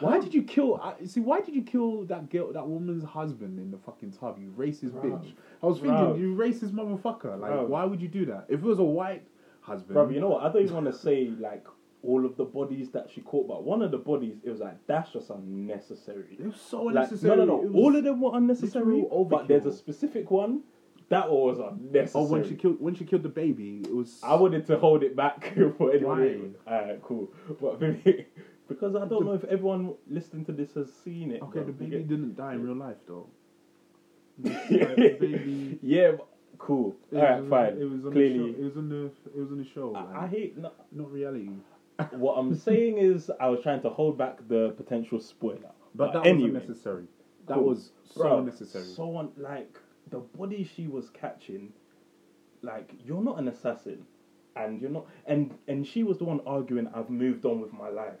S4: Why did you kill? I, see, why did you kill that girl, that woman's husband in the fucking tub? You racist
S3: Bruv.
S4: bitch. I was
S3: Bruv.
S4: thinking, you racist motherfucker. Like,
S3: Bruv.
S4: why would you do that? If it was a white husband,
S3: Bruv, you know what? I don't even want to say like all of the bodies that she caught, but one of the bodies, it was like that's just unnecessary.
S4: it was so
S3: Like,
S4: unnecessary.
S3: No, no,
S4: It
S3: no.
S4: was-
S3: All of them were unnecessary.
S4: literal
S3: But
S4: overkill.
S3: there's a specific one that one was unnecessary.
S4: Oh, when she killed, when she killed the baby, it was.
S3: I wanted to hold it back for anyone.
S4: Why?
S3: Alright, cool. But for me, because I don't know if everyone listening to this has seen it.
S4: Okay,
S3: but
S4: the
S3: we
S4: baby
S3: get-
S4: didn't die in real life though. baby-
S3: yeah, but- cool.
S4: It
S3: Alright,
S4: was-
S3: fine.
S4: It was on
S3: Clearly,
S4: The show, it was on the. It was on the show. like,
S3: I, I hate. No,
S4: not reality.
S3: what I'm saying is, I was trying to hold back the potential spoiler.
S4: But that
S3: anyway,
S4: was unnecessary. That
S3: Cool.
S4: was so
S3: Bruh,
S4: unnecessary.
S3: Someone like the body she was catching, like you're not an assassin, and you're not, and and she was the one arguing, "I've moved on with my life."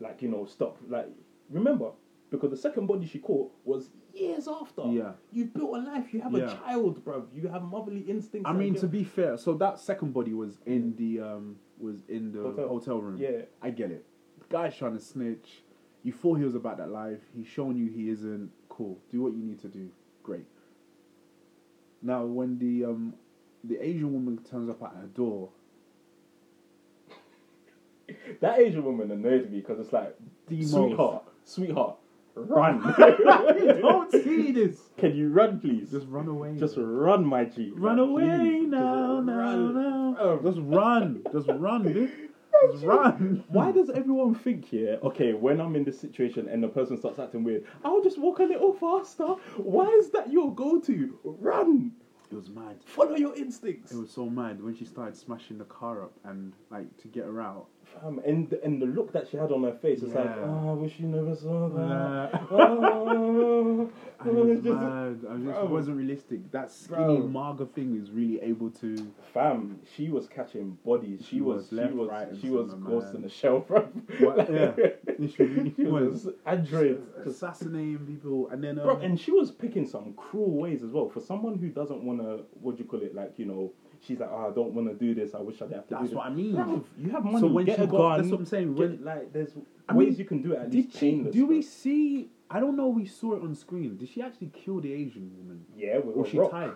S3: Like you know, stop. Like remember, because the second body she caught was years after.
S4: Yeah.
S3: you've built a life. You have a
S4: Yeah.
S3: child, bruv. You have motherly instincts.
S4: I
S3: and
S4: mean,
S3: you-
S4: to be fair, so that second body was in the um was in the
S3: Hotel.
S4: hotel, room.
S3: Yeah.
S4: I get it. The guy's trying to snitch. You thought he was about that life. He's shown you he isn't. Cool. Do what you need to do. Great. Now, when the um the Asian woman turns up at her door,
S3: that Asian woman annoys me because it's like,
S4: The most.
S3: sweetheart, sweetheart, run.
S4: I don't see this.
S3: Can you run, please?
S4: Just run away.
S3: Just run, my G.
S4: Run
S3: Like,
S4: away
S3: please,
S4: now,
S3: just
S4: now,
S3: run.
S4: now. Oh, Just run. Just run, bitch. Just run.
S3: Why does everyone think here? Okay, when I'm in this situation and the person starts acting weird, I'll just walk a little faster. Why is that your go-to? Run,
S4: It was mad.
S3: follow your instincts.
S4: It was so mad when she started smashing the car up and like to get her out.
S3: Fam, Um, and and the look that she had on her face is like,
S4: Yeah.
S3: oh, I wish you never saw that.
S4: Yeah.
S3: Oh,
S4: I was
S3: just-
S4: mad. I just
S3: Bro.
S4: it wasn't realistic. That skinny
S3: Bro.
S4: maga thing is really able to.
S3: Fam, she was catching bodies. She,
S4: She
S3: was,
S4: was left,
S3: she was,
S4: right, and
S3: she was
S4: centre,
S3: ghost
S4: man.
S3: in the shell, bro.
S4: What? Yeah. She really
S3: she was
S4: was.
S3: android.
S4: assassinating people and then um,
S3: Bro, and she was picking some cruel ways as well. For someone who doesn't want to, what do you call it? Like, you know, she's like, oh, I don't want to do this. I wish I didn't have to do
S4: That's
S3: this.
S4: what I mean.
S3: Bruv, you have money.
S4: So when
S3: get
S4: she
S3: a
S4: got-
S3: gun.
S4: that's what I'm saying,
S3: get-
S4: when-
S3: like, there's
S4: I
S3: ways
S4: mean,
S3: you can do it at
S4: did
S3: least
S4: she?
S3: painless,
S4: Do we
S3: bro.
S4: see? I don't know. We saw it on screen. Did she actually kill the Asian woman?
S3: Yeah, with
S4: Or
S3: a
S4: she
S3: rock.
S4: tied?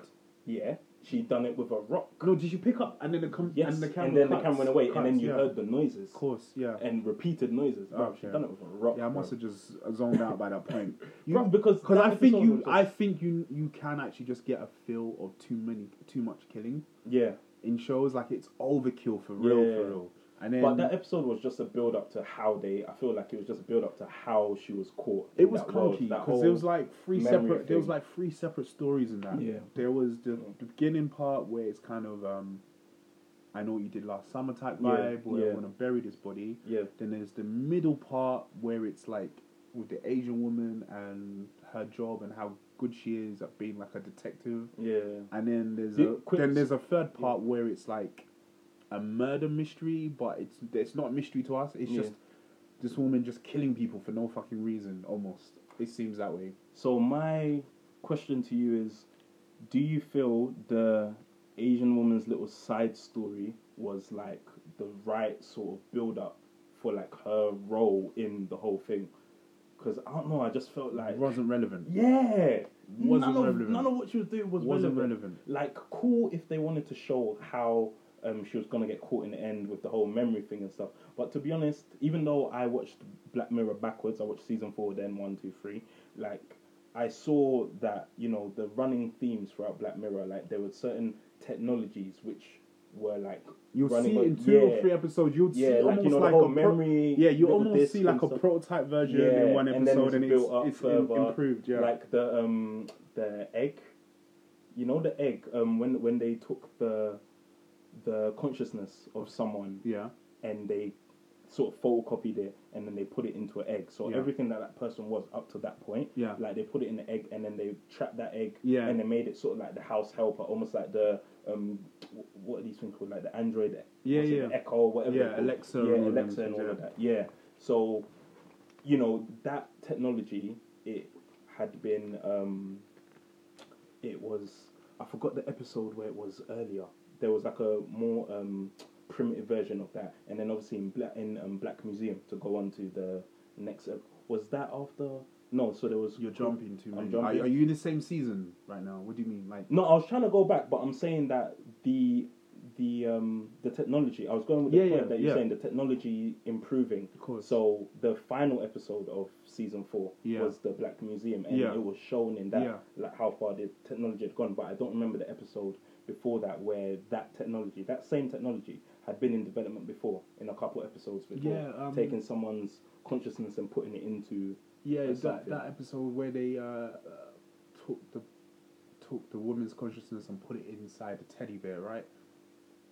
S3: Yeah, she done it with a rock.
S4: No, did you pick up and then the com-
S3: Yes,
S4: and the camera
S3: then the
S4: cuts-
S3: camera went away,
S4: cuts,
S3: and then you
S4: yeah.
S3: heard the noises.
S4: Of course, yeah.
S3: And repeated noises. Bro, she
S4: Okay.
S3: done it with a rock.
S4: Yeah, I must
S3: bro.
S4: have just zoned out by that point. You,
S3: Bro, because
S4: because
S3: that
S4: I think
S3: episode
S4: you,
S3: was just-
S4: I think you, you can actually just get a feel of too many, too much killing
S3: Yeah.
S4: in shows. Like it's overkill for real,
S3: Yeah.
S4: for real. And then
S3: But that episode was just a build up to how they. I feel like it was just a build up to how she was caught. in
S4: it was
S3: that world,
S4: clunky
S3: that
S4: because
S3: whole-
S4: there was like three
S3: memory
S4: separate. There was
S3: thing.
S4: like three separate stories in that.
S5: Yeah.
S4: There was the, the beginning part where it's kind of um, I know what you did last summer type
S3: Yeah,
S4: vibe where
S3: yeah.
S4: I want to bury this body.
S3: Yeah.
S4: Then there's the middle part where it's like with the Asian woman and her job and how good she is at being like a detective.
S3: Yeah.
S4: And then there's
S3: Yeah,
S4: a
S3: quick-
S4: then there's a third part where it's like a murder mystery, but it's it's not a mystery to us. It's
S3: Yeah.
S4: just this woman just killing people for no fucking reason. Almost it seems that way.
S3: So my question to you is, do you feel the Asian woman's little side story was like the right sort of build up for like her role in the whole thing? Because I don't know, I just felt like
S4: It wasn't relevant.
S3: yeah,
S4: Wasn't
S3: none, of,
S4: relevant.
S3: none of what she was doing was
S4: Wasn't
S3: relevant. Like cool if they wanted to show how um, she was gonna get caught in the end with the whole memory thing and stuff. But to be honest, even though I watched Black Mirror backwards, I watched season four, then one, two, three. Like I saw that you know the running themes throughout Black Mirror, like there were certain technologies which were like
S4: You'll
S3: running
S4: see
S3: by-
S4: in two
S3: Yeah.
S4: or three episodes. You'll
S3: Yeah,
S4: see
S3: like, you
S4: almost
S3: know, the
S4: like
S3: whole
S4: a pro-
S3: memory,
S4: yeah, you
S3: little
S4: almost
S3: discs
S4: see like
S3: and
S4: a
S3: stuff.
S4: prototype version in one
S3: and then
S4: episode, and it's,
S3: built up
S4: it's, in-
S3: further,
S4: improved. Yeah,
S3: like the um the egg, you know the egg. Um, when when they took the the consciousness of someone
S4: yeah.
S3: and they sort of photocopied it and then they put it into an egg. So
S4: Yeah.
S3: everything that that person was up to that point,
S4: Yeah.
S3: like they put it in the egg and then they trapped that egg
S4: Yeah.
S3: and they made it sort of like the house helper, almost like the um wh- what are these things called like the android
S4: Yeah,
S3: what's it,
S4: yeah.
S3: the echo or whatever
S4: Yeah,
S3: they're called.
S4: Alexa and
S3: yeah
S4: all them
S3: Alexa and
S4: things,
S3: all of
S4: yeah.
S3: that yeah so you know that technology it had been um it was I forgot the episode where it was earlier. There was like a more um, primitive version of that, and then obviously in Black in um, Black Museum to go on to the next. Ep- was that after? No, so there was.
S4: You're jumping too
S3: I'm
S4: much.
S3: jumping.
S4: Are, are you in the same season right now? What do you mean? Like
S3: No, I was trying to go back, but I'm saying that the the um the technology. I was going with the
S4: Yeah,
S3: point
S4: yeah,
S3: that you're
S4: yeah.
S3: saying the technology improving.
S4: course.
S3: So the final episode of season four
S4: Yeah.
S3: was the Black Museum, and
S4: Yeah.
S3: it was shown in that
S4: Yeah.
S3: like how far the technology had gone. But I don't remember the episode before that where that technology, that same technology, had been in development before in a couple episodes before,
S4: Yeah, um,
S3: taking someone's consciousness and putting it into
S4: Yeah,
S3: or
S4: it's that,
S3: something.
S4: that episode where they uh, uh, took the took the woman's consciousness and put it inside the teddy bear, right?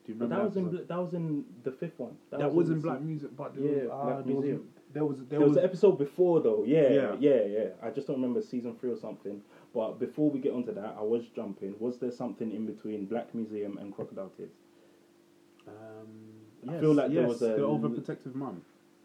S4: Do you
S3: But
S4: remember
S3: that was in
S4: episode?
S3: Bla- that was in the fifth one.
S4: that, was in
S3: the
S4: Black
S3: se-
S4: Music, but there,
S3: Yeah,
S4: was, ah,
S3: Black
S4: there, was,
S3: Museum.
S4: there was there
S3: There was
S4: was
S3: an episode before though, yeah, yeah,
S4: Yeah.
S3: yeah, I just don't remember season three or something. But before we get onto that, I was jumping. Was there something in between Black Museum and Crocodile Tears?
S4: um,
S3: I feel like there was a-
S4: the overprotective mum.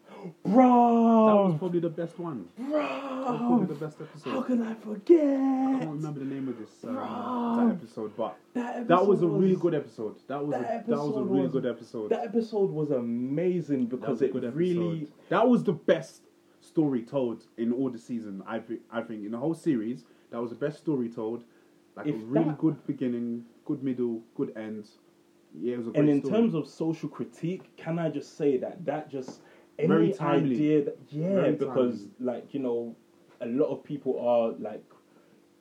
S4: That was
S3: Bro,
S4: probably the best one. That was
S3: bro,
S4: probably the best episode.
S3: Oh. how can I
S4: I
S3: forget?
S4: can't remember the name of this um,
S3: Bruh.
S4: that episode, but
S3: That,
S4: that was a
S3: episode
S4: really good episode. That was
S3: that
S4: a, that was a
S3: episode
S4: really
S3: was-
S4: good episode.
S3: That episode was amazing
S4: That
S3: because
S4: was a
S3: it
S4: good
S3: really.
S4: episode. that was the best story told in all the season. I think I think in the whole series that was the best story told. Like
S3: If
S4: a really
S3: that-
S4: good beginning, good middle, good end. Yeah, it was a great
S3: And in
S4: story.
S3: terms of social critique, can I just say that that just any
S4: Very timely.
S3: idea that yeah,
S4: Very
S3: because like you know, a lot of people are like,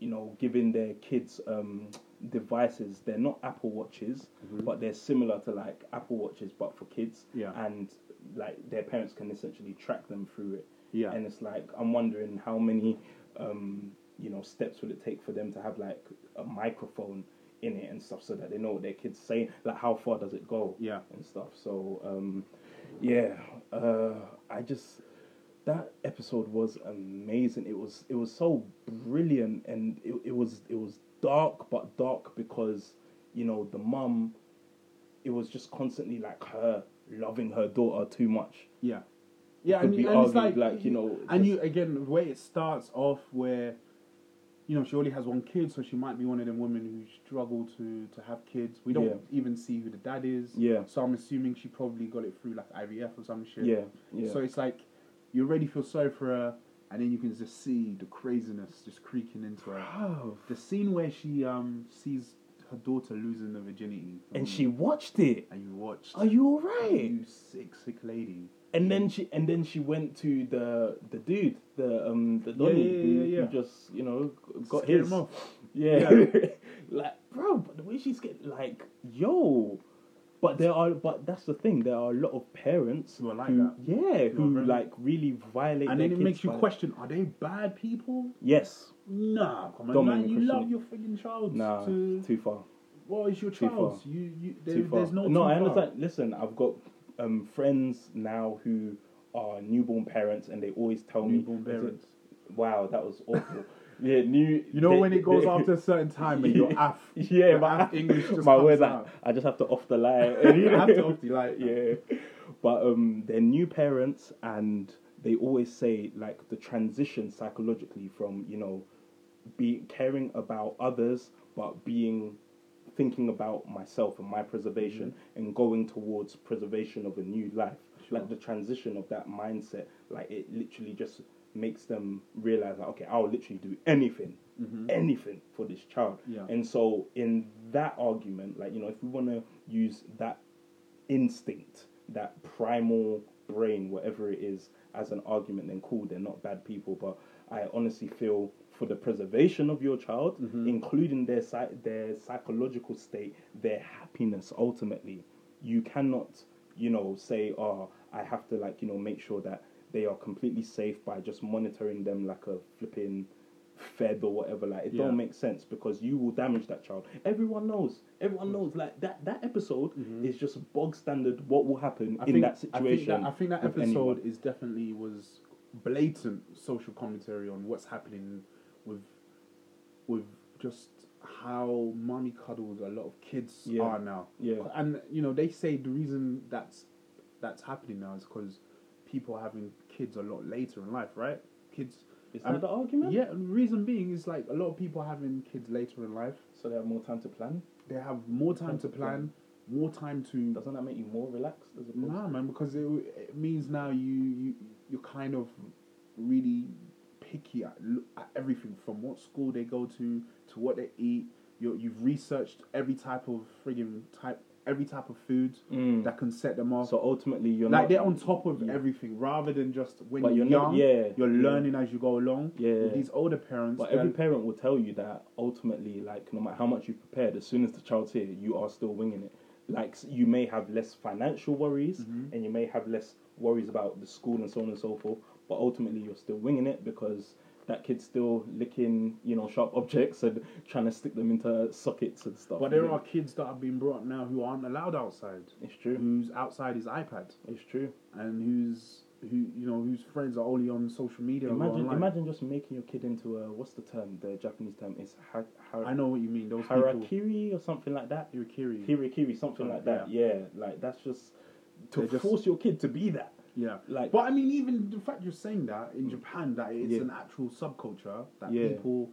S3: you know, giving their kids um, devices. They're not Apple watches, but they're similar to like Apple watches, but for kids.
S4: Mm-hmm. Yeah.
S3: and like their parents can essentially track them through it.
S4: Yeah.
S3: and it's like I'm wondering how many, um, you know, steps would it take for them to have like a microphone in it and stuff, so that they know what their kids saying. Like, how far does it go?
S4: Yeah.
S3: and stuff. So, um, yeah, uh, I just that episode was amazing. It was it was so brilliant, and it, it was it was dark, but dark because you know the mum. It was just constantly like her loving her daughter too much.
S4: yeah, yeah,
S3: could
S4: and,
S3: be
S4: and it's like,
S3: argued, like, you know, just-
S4: and you again the way it starts off where. You know, she only has one kid, so she might be one of them women who struggle to, to have kids. We don't
S3: Yeah.
S4: even see who the dad is.
S3: Yeah.
S4: So I'm assuming she probably got it through like IVF or some shit.
S3: Yeah, yeah.
S4: So it's like you already feel sorry for her, and then you can just see the craziness just creaking into her. The scene where she um sees her daughter losing her virginity,
S3: and she watched it.
S4: and you watched.
S3: Are you alright?
S4: You sick, sick lady.
S3: And then she and then she went to the the dude, the um the Donny
S4: yeah,
S3: who,
S4: yeah, yeah.
S3: who just you know got
S4: Scared
S3: his
S4: him off.
S3: Yeah. like bro, but the way she's getting like, yo, But there are, but that's the thing. There are a lot of parents
S4: Who are like
S3: who,
S4: that.
S3: yeah, who
S4: very-
S3: like really violate.
S4: And
S3: their
S4: then it
S3: kids
S4: makes you
S3: by-
S4: question: Are they bad people?
S3: Yes,
S4: Nah, come
S3: Don't
S4: on,
S3: make
S4: man.
S3: me
S4: You
S3: question
S4: love
S3: it.
S4: your freaking child.
S3: nah,
S4: to,
S3: too far.
S4: what is your
S3: too
S4: child?
S3: far.
S4: You, you, there,
S3: too far.
S4: there's no.
S3: no,
S4: too
S3: I
S4: far.
S3: understand. Listen, I've got um, friends now who are newborn parents, and they always tell me,
S4: Newborn
S3: is it-
S4: parents.
S3: "Wow, that was awful." yeah, new.
S4: You know
S3: they-
S4: when it goes
S3: they-
S4: after a certain time and your af,
S3: Yeah,
S4: your
S3: my
S4: af English just
S3: my
S4: comes
S3: words. I,
S4: out.
S3: I just have to off the line.
S4: You have to off the line.
S3: yeah. But um, they're new parents, and they always say like the transition psychologically from you know, be caring about others, but being thinking about myself and my preservation, and going towards preservation of a new life. Like the transition of that mindset, like it literally just makes them realize like, okay, I'll literally do anything, anything for this child.
S4: Yeah.
S3: And so in that argument, like you know, if we want to use that instinct, that primal brain, whatever it is, as an argument, then cool, they're not bad people. But I honestly feel for the preservation of your child, including their psy- their psychological state, their happiness, ultimately, you cannot, you know, say, oh, I have to like, you know, make sure that they are completely safe by just monitoring them like a flipping fed or whatever like it
S4: Yeah.
S3: don't make sense because you will damage that child everyone knows
S4: Mm.
S3: everyone knows like that that episode is just bog standard what will happen
S4: Mm-hmm. I
S3: in
S4: think-
S3: that situation
S4: I think that, I think that
S3: with
S4: episode
S3: anyone.
S4: is definitely was blatant social commentary on what's happening with with just how mommy cuddled a lot of kids
S3: Yeah.
S4: are now.
S3: Yeah.
S4: and you know they say the reason that's that's happening now is because people are having kids a lot later in life, right? Kids.
S3: is that
S4: and-
S3: the argument
S4: Yeah, and reason being is like a lot of people having kids later in life.
S3: so they have more time to plan
S4: They have more time to plan, more time to
S3: doesn't that make you more relaxed as opposed
S4: Nah, man, because it, it means now you, you you're kind of really picky at, l- at everything from what school they go to to what they eat. You're, you've researched every type of friggin' type every type of food
S3: Mm.
S4: that can set them off.
S3: so ultimately you're
S4: like
S3: not,
S4: they're on top of
S3: Yeah.
S4: everything rather than just when
S3: But
S4: you're,
S3: you're not-
S4: young.
S3: yeah,
S4: you're
S3: yeah.
S4: learning as you go along.
S3: Yeah.
S4: With these older parents.
S3: but every
S4: they're-
S3: parent will tell you that ultimately, like no matter how much you've prepared, as soon as the child's here, you are still winging it. Like s- you may have less financial worries,
S4: Mm-hmm.
S3: and you may have less worries about the school and so on and so forth. But ultimately, you're still winging it because that kid's still licking, you know, sharp objects and trying to stick them into sockets and stuff.
S4: but there
S3: Yeah.
S4: are kids that have been brought up now who aren't allowed outside.
S3: It's true.
S4: Who's outside is iPad.
S3: It's true.
S4: and who's who you know whose friends are only on social media. or
S3: Imagine,
S4: online.
S3: imagine just making your kid into a what's the term? The Japanese term is ha- har-
S4: I know what you mean. Those people,
S3: harakiri or something like that.
S4: Hirakiri.
S3: Hirikiri, something like that. Yeah, like that's just to
S4: They just-
S3: force your kid to be that.
S4: yeah.
S3: like- Mm.
S4: but I mean, even the fact you're saying that in Japan, that it's
S3: Yeah.
S4: an actual subculture that
S3: Yeah.
S4: people.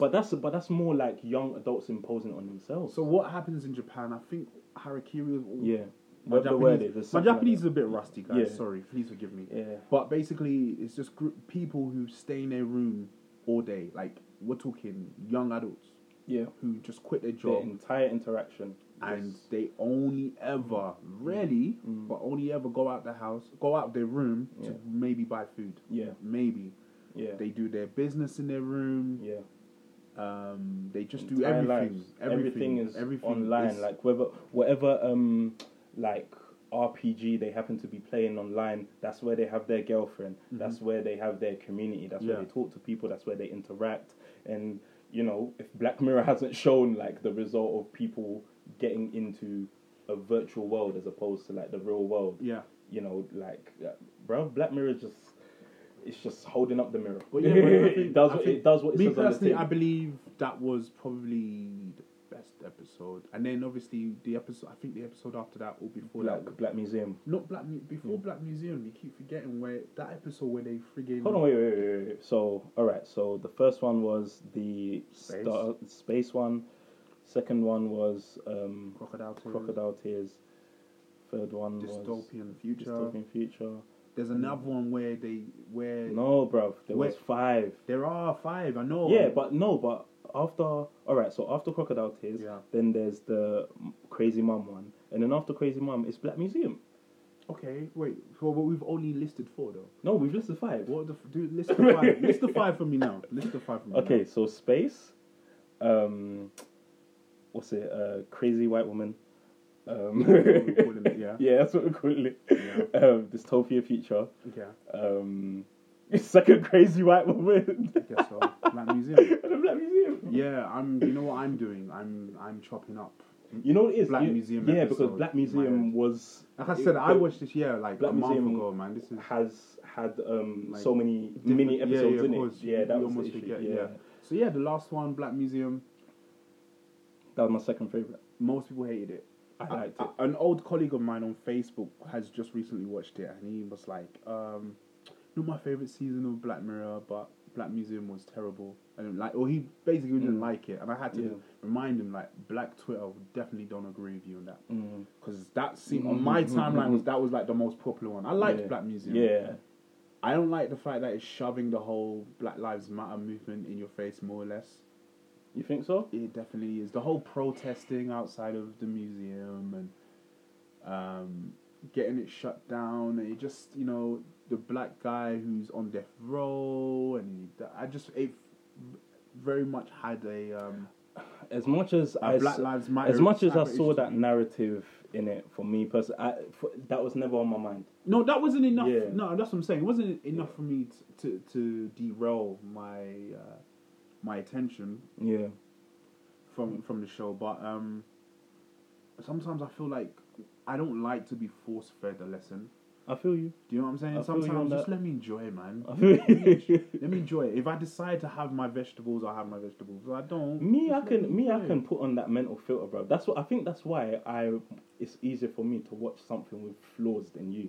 S3: But that's but that's more like young adults imposing it on themselves.
S4: So what happens in Japan? I think harakiri. is all-
S3: yeah,
S4: My
S3: whatever the word is,
S4: Japanese,
S3: there's
S4: my
S3: something
S4: Japanese is
S3: like
S4: a bit rusty, guys.
S3: Yeah.
S4: Sorry, please forgive me.
S3: Yeah.
S4: But basically, it's just group, people who stay in their room all day. Like we're talking young adults
S3: that. yeah,
S4: who just quit their
S3: the
S4: job
S3: entire interaction
S4: and
S3: was-
S4: they only ever really but only ever go out the house go out their room
S3: Mm. Yeah.
S4: to maybe buy food
S3: Yeah.
S4: maybe
S3: yeah
S4: they do their business in their room
S3: yeah.
S4: um they just do
S3: entire
S4: everything,
S3: lives.
S4: everything
S3: is
S4: everything
S3: online.
S4: is-
S3: Like whether whatever um like RPG they happen to be playing online, that's where they have their girlfriend. That's where they have their community. That's where
S4: Mm-hmm. Yeah.
S3: they talk to people. That's where they interact. And you know, if Black Mirror hasn't shown like the result of people getting into a virtual world as opposed to like the real world,
S4: yeah
S3: you know, like uh, bro, Black Mirror is just. It's just holding up the mirror.
S4: but yeah, but I
S3: it
S4: think-
S3: does.
S4: I
S3: What,
S4: think-
S3: it does what it
S4: me
S3: says on the
S4: personally,
S3: tin.
S4: I believe that was probably the best episode, and then obviously the episode. I think the episode after that or before that,
S3: Black, Black Museum.
S4: not Black Mu- before Black Museum. You keep forgetting where that episode where they friggin'
S3: Hold on, wait, wait, wait, wait, wait. So, all right. So the first one was the
S4: Space.
S3: star, space one. Second one was um,
S4: crocodile tears.
S3: crocodile tears. Third one was
S4: dystopian future.
S3: dystopian future.
S4: There's another one where they where
S3: No, bruv, there was
S4: Wait.
S3: five.
S4: there are five. I know.
S3: Yeah, but no, but after all right. So after crocodile tears,
S4: Yeah.
S3: then there's the crazy mum one, and then after crazy mum, it's Black Museum.
S4: okay, wait. Well, but we've only listed four though.
S3: No, we've listed five.
S4: What the f- do list the five? list the five for me now. List the five for me.
S3: Okay, so space, um, what's it? Uh, crazy white woman, Um,
S4: We're calling it, yeah.
S3: yeah, that's what we're calling it.
S4: Yeah.
S3: Um, dystopia future.
S4: Okay.
S3: Um, it's like a crazy white woman
S4: I guess so. Black Museum.
S3: at a black museum.
S4: Yeah, I'm. You know what I'm doing? I'm. I'm chopping up.
S3: You know what it is?
S4: Black
S3: You-
S4: Museum
S3: Yeah,
S4: episode
S3: because Black
S4: in my
S3: Museum
S4: head.
S3: was.
S4: Like I
S3: it-
S4: said, I
S3: it
S4: watched this year like
S3: Black
S4: a month
S3: Museum
S4: ago, man. This is
S3: Has had um,
S4: Like,
S3: so many
S4: different-
S3: mini episodes
S4: yeah,
S3: in
S4: yeah,
S3: it. Yeah, that was the issue. yeah.
S4: So yeah, the last one, Black Museum.
S3: that was my second favorite.
S4: Most people hated it.
S3: I liked it.
S4: A- an old colleague of mine on Facebook has just recently watched it, and he was like, um, "Not my favorite season of Black Mirror, but Black Museum was terrible." And like, or he basically didn't
S3: Mm.
S4: like it, and I had to
S3: Yeah.
S4: remind him like, Black Twitter definitely don't agree with you on that
S3: Mm. Mm-hmm.
S4: because that scene on my timeline was that was like the most popular one. I liked
S3: Yeah.
S4: Black Museum.
S3: Yeah,
S4: I don't like the fact that it's shoving the whole Black Lives Matter movement in your face, more or less.
S3: you think so?
S4: It definitely is. The whole protesting outside of the museum and um, getting it shut down. And it just, you know, the black guy who's on death row. And he, I just, it very much had a, um,
S3: As much as
S4: a
S3: I
S4: Black
S3: s-
S4: Lives Matter.
S3: as much as I
S4: type of issue
S3: saw
S4: to
S3: that
S4: me.
S3: narrative in it for me personally, I, for, that was never on my mind.
S4: No, that wasn't enough.
S3: Yeah.
S4: No, that's what I'm saying. It wasn't enough for me to, to, to derail my, uh, my attention
S3: Yeah,
S4: from from the show, but um, sometimes I feel like I don't like to be force fed a lesson.
S3: I feel you.
S4: Do you know what I'm saying?
S3: I feel you on
S4: Sometimes just
S3: that.
S4: let me enjoy, it, man.
S3: I feel you.
S4: let me enjoy it. If I decide to have my vegetables, I have my vegetables. If I don't.
S3: me, I
S4: just let
S3: can me, I
S4: enjoy it.
S3: can put on that mental filter, bro. That's what I think. That's why I it's easier for me to watch something with flaws than you.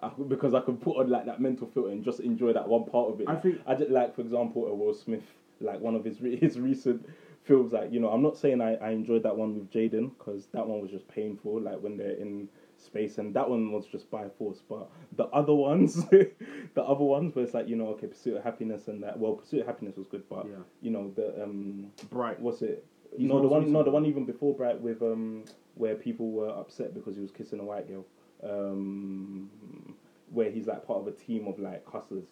S3: I, could- because I can put on like that mental filter and just enjoy that one part of it.
S4: I
S3: Like,
S4: think-
S3: I did like, for example, a Will Smith, like one of his re- his recent films. Like you know, I'm not saying I, I enjoyed that one with Jaden because that one was just painful. Like when they're in space, and that one was just by force. But the other ones, the other ones where it's like you know, okay, Pursuit of Happiness and that. Well, Pursuit of Happiness was good, but
S4: Yeah.
S3: you know the um
S4: Bright.
S3: what's it?
S4: He's
S3: no,
S4: not
S3: the one,
S4: recent.
S3: no, the one even before Bright with um, where people were upset because he was kissing a white girl. Um, where he's like part of a team of like hustlers,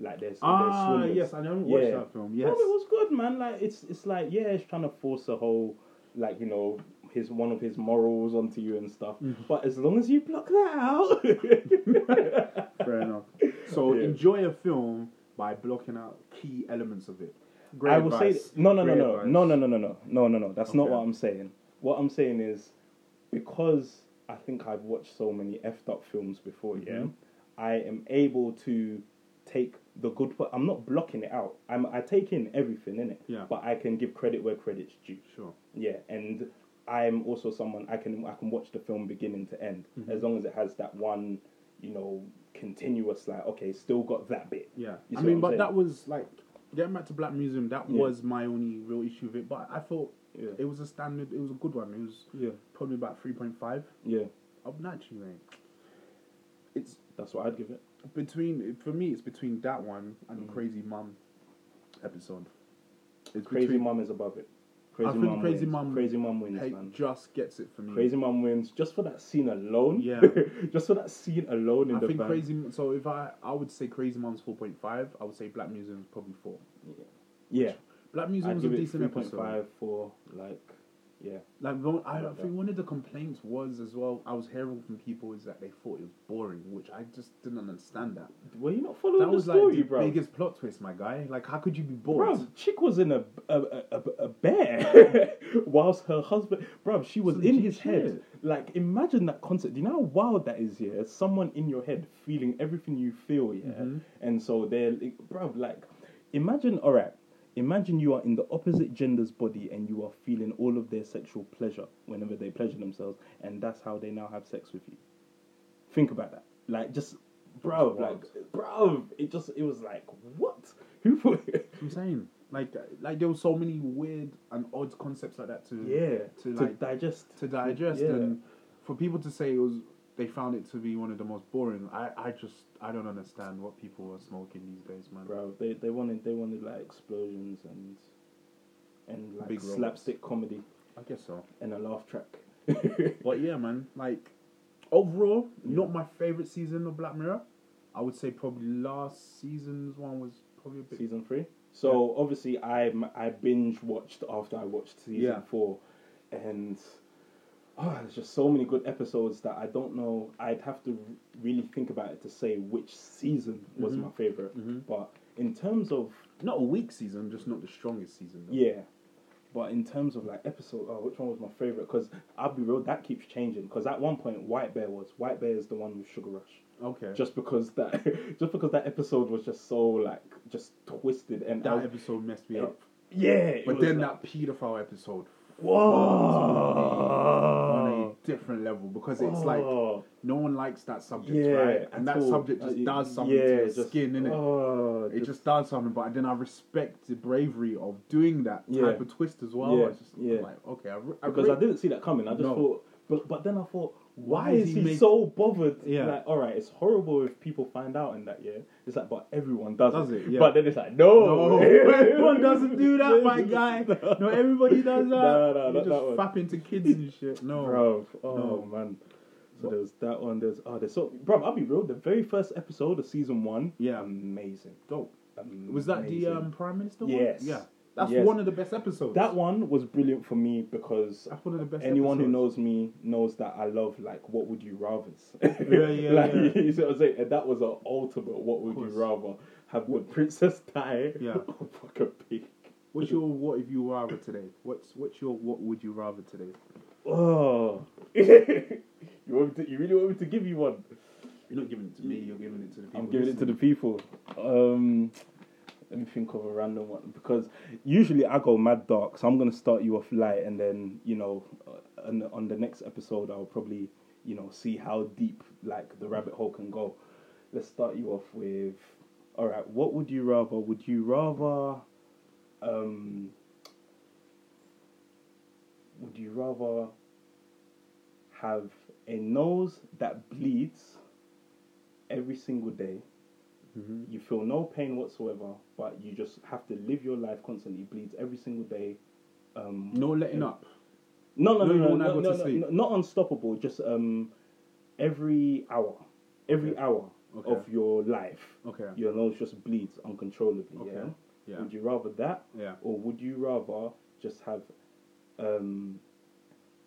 S3: like there's
S4: Ah, yes, I never watched that film, yes.
S3: no, it was good, man. Like it's it's like yeah, it's trying to force a whole like you know his one of his morals onto you and stuff.
S4: Mm-hmm.
S3: But as long as you block that out,
S4: Fair enough. So
S3: Yeah.
S4: enjoy a film by blocking out key elements of it. Great
S3: I will say
S4: advice.
S3: th- no, no, no,
S4: Great
S3: no,
S4: advice.
S3: no, no, no, no, no, no, no, no. That's not
S4: Okay.
S3: what I'm saying. What I'm saying is because I think I've watched so many effed up films before. Yeah,
S4: Mm-hmm.
S3: I am able to take the good. part. I'm not blocking it out. I'm I take in everything in it.
S4: Yeah.
S3: but I can give credit where credit's due.
S4: Sure.
S3: Yeah, and I'm also someone I can I can watch the film beginning to end
S4: Mm-hmm.
S3: as long as it has that one, you know, continuous like okay, still got that bit.
S4: Yeah,
S3: You see
S4: I
S3: what
S4: mean,
S3: I'm
S4: but
S3: saying?
S4: that was like getting back to Black Museum. That
S3: Yeah.
S4: was my only real issue with it. But I thought
S3: Yeah.
S4: it was a standard. It was a good one. It was
S3: Yeah.
S4: probably about three point five.
S3: yeah,
S4: I'm not actually, mate. It's
S3: that's what I'd give it.
S4: between for me. It's between that one and
S3: Mm.
S4: the Crazy Mum episode. It's
S3: Crazy
S4: between-
S3: Mum is above it. Crazy
S4: I think
S3: Mum
S4: Crazy
S3: wins.
S4: Mum-
S3: Crazy Mum wins,
S4: Hey,
S3: man.
S4: just gets it for me.
S3: Crazy Mum wins just for that scene alone.
S4: Yeah.
S3: just for that scene alone in
S4: I
S3: the
S4: think
S3: van.
S4: Crazy. Mu- So if I, I would say Crazy Mum's four point five. I would say Black Museum's probably four.
S3: Yeah.
S4: Black Museum
S3: I'd
S4: was a
S3: give it
S4: decent
S3: three point
S4: episode.
S3: five for like, yeah.
S4: Like the- I
S3: Like
S4: think
S3: that.
S4: one of the complaints was as well I was hearing from people is that they thought it was boring, which I just didn't understand that.
S3: Were you not following
S4: That
S3: the
S4: was
S3: story,
S4: like the
S3: bro?
S4: biggest plot twist, my guy. Like how could you be bored?
S3: Bruv, chick was in a a, a, a bear, whilst her husband, bruv, she was
S4: Some
S3: in
S4: chick
S3: his head. Like, imagine that concept. Do you know how wild that is? Yeah, someone in your head feeling everything you feel. Yeah, and so they're, like, bruv, like, imagine. All right, imagine you are in the opposite gender's body and you are feeling all of their sexual pleasure whenever they pleasure themselves, and that's how they now have sex with you. Think about that. Like, just, bruv, like,
S4: wild.
S3: bruv. It just, it was like, what? Who put?
S4: I'm saying like like there were so many weird and odd concepts like that to
S3: yeah
S4: to like
S3: digest
S4: to digest
S3: yeah.
S4: and for people to say it was they found it to be one of the most boring. I I just I don't understand what people are smoking these days, man.
S3: bro they, they wanted they wanted like explosions and and like
S4: Big robots.
S3: slapstick comedy
S4: I guess so.
S3: and a laugh track
S4: But yeah, man, like overall, not my favorite season of Black Mirror. I would say probably last season's one was probably a bit.
S3: season three so obviously i i binge watched after i watched season
S4: Yeah.
S3: four and Oh, there's just so many good episodes that I don't know. I'd have to r- really think about it to say which season was
S4: Mm-hmm.
S3: my favorite. But in terms of
S4: Not a weak season, just not the strongest season. Though.
S3: yeah, but in terms of like episode, oh, which one was my favorite? Because I'll be real, that keeps changing. Because at one point, White Bear was White Bear is the one with Sugar Rush.
S4: Okay.
S3: Just because that, just because that episode was just so like just twisted and I
S4: that
S3: was-
S4: episode messed me up.
S3: yeah. it
S4: But
S3: was
S4: then
S3: like-
S4: that paedophile episode
S3: Whoa.
S4: on a different level because it's like
S3: Oh.
S4: no one likes that subject,
S3: Yeah,
S4: right? And
S3: at
S4: that
S3: all.
S4: subject just
S3: Uh,
S4: does something
S3: yeah,
S4: to your
S3: just-
S4: skin, innit?
S3: oh,
S4: it just does something, but then I respect the bravery of doing that
S3: Yeah.
S4: type of twist as well.
S3: Yeah,
S4: It's just
S3: yeah.
S4: like, okay, I, re- I
S3: because I
S4: re-
S3: didn't see that coming. I just
S4: No.
S3: thought, but but then I thought, why,
S4: Why
S3: is
S4: is
S3: he,
S4: he make-
S3: so bothered?
S4: Yeah.
S3: like, all right, it's horrible if people find out in that year. It's like, but everyone does,
S4: Does it, yeah.
S3: But then it's like, no,
S4: No, everyone doesn't do that, my guy. No, everybody does that.
S3: Nah, nah,
S4: you
S3: not
S4: just
S3: that one.
S4: fapping to kids and shit. No,
S3: bro. Oh
S4: No.
S3: man. So there was that one. There's oh, there's so bro. I'll be real. The very first episode of season one,
S4: Yeah.
S3: amazing.
S4: dope. Was that the um, prime minister? One?
S3: Yes.
S4: Yeah, that's
S3: Yes.
S4: one of the best episodes.
S3: That one was brilliant for me because
S4: that's one of the best.
S3: anyone who
S4: episodes.
S3: knows me knows that I love like what would you rather's.
S4: yeah,
S3: like,
S4: yeah.
S3: You see what I'm saying? And that was an ultimate what would you
S4: course.
S3: rather have the princess die
S4: Yeah.
S3: or fuck a pig.
S4: What's your what if you rather today? What's what's your what would you rather today?
S3: Oh, you want me to, you really want me to give you one?
S4: You're not giving it to me. You're giving it to the people.
S3: I'm giving it to the people. Um, let me think of a random one because usually I go mad dark, so I'm gonna start you off light, and then you know, uh, on, on the next episode I'll probably you know see how deep like the rabbit hole can go. Let's start you off with, all right, what would you rather? Would you rather, um, would you rather have a nose that bleeds every single day? You feel no pain whatsoever, but you just have to live your life constantly. Bleeds every single day. Um,
S4: No letting up.
S3: no, no,
S4: No,
S3: no,
S4: you
S3: no,
S4: won't
S3: no,
S4: able
S3: no,
S4: to
S3: no,
S4: sleep.
S3: no, not unstoppable. Just um, every hour, every hour
S4: Okay.
S3: of your life,
S4: Okay.
S3: your nose just bleeds uncontrollably.
S4: Okay.
S3: Yeah?
S4: Yeah.
S3: Would you rather that,
S4: Yeah.
S3: or would you rather just have um,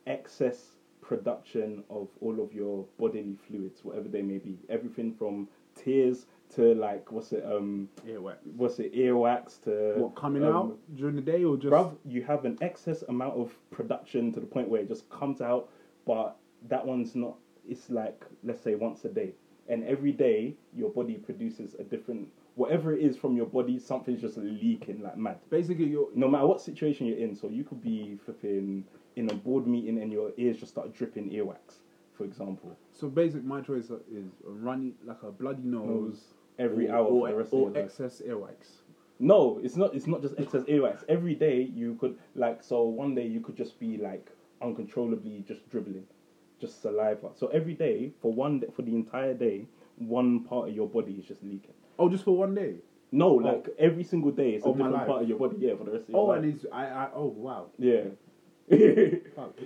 S3: excess production of all of your bodily fluids, whatever they may be, everything from tears to like what's it um,
S4: Yeah. What?
S3: what's it earwax to
S4: What coming
S3: um,
S4: out during the day or just?
S3: bruv, you have an excess amount of production to the point where it just comes out, but that one's not. It's like let's say once a day, and every day your body produces a different whatever it is from your body. Something's just leaking like mad.
S4: Basically, you're
S3: No matter what situation you're in, so you could be flipping in a board meeting and your ears just start dripping earwax, for example.
S4: So basic, my choice is a runny, like a bloody nose,
S3: Mm. every
S4: Oh. or,
S3: hour
S4: or,
S3: for the rest of
S4: or
S3: your life.
S4: excess earwax.
S3: No, it's not. It's not just excess earwax. Every day you could like so. One day you could just be like uncontrollably just dribbling, just saliva. So every day for one day, for the entire day, one part of your body is just leaking.
S4: Oh, just for one day.
S3: No, like every single day it's a
S4: Oh, my
S3: different
S4: life.
S3: part of your body. Yeah, for the rest of your
S4: Oh,
S3: life.
S4: and it's I, I. Oh, wow.
S3: Yeah.
S4: Fuck.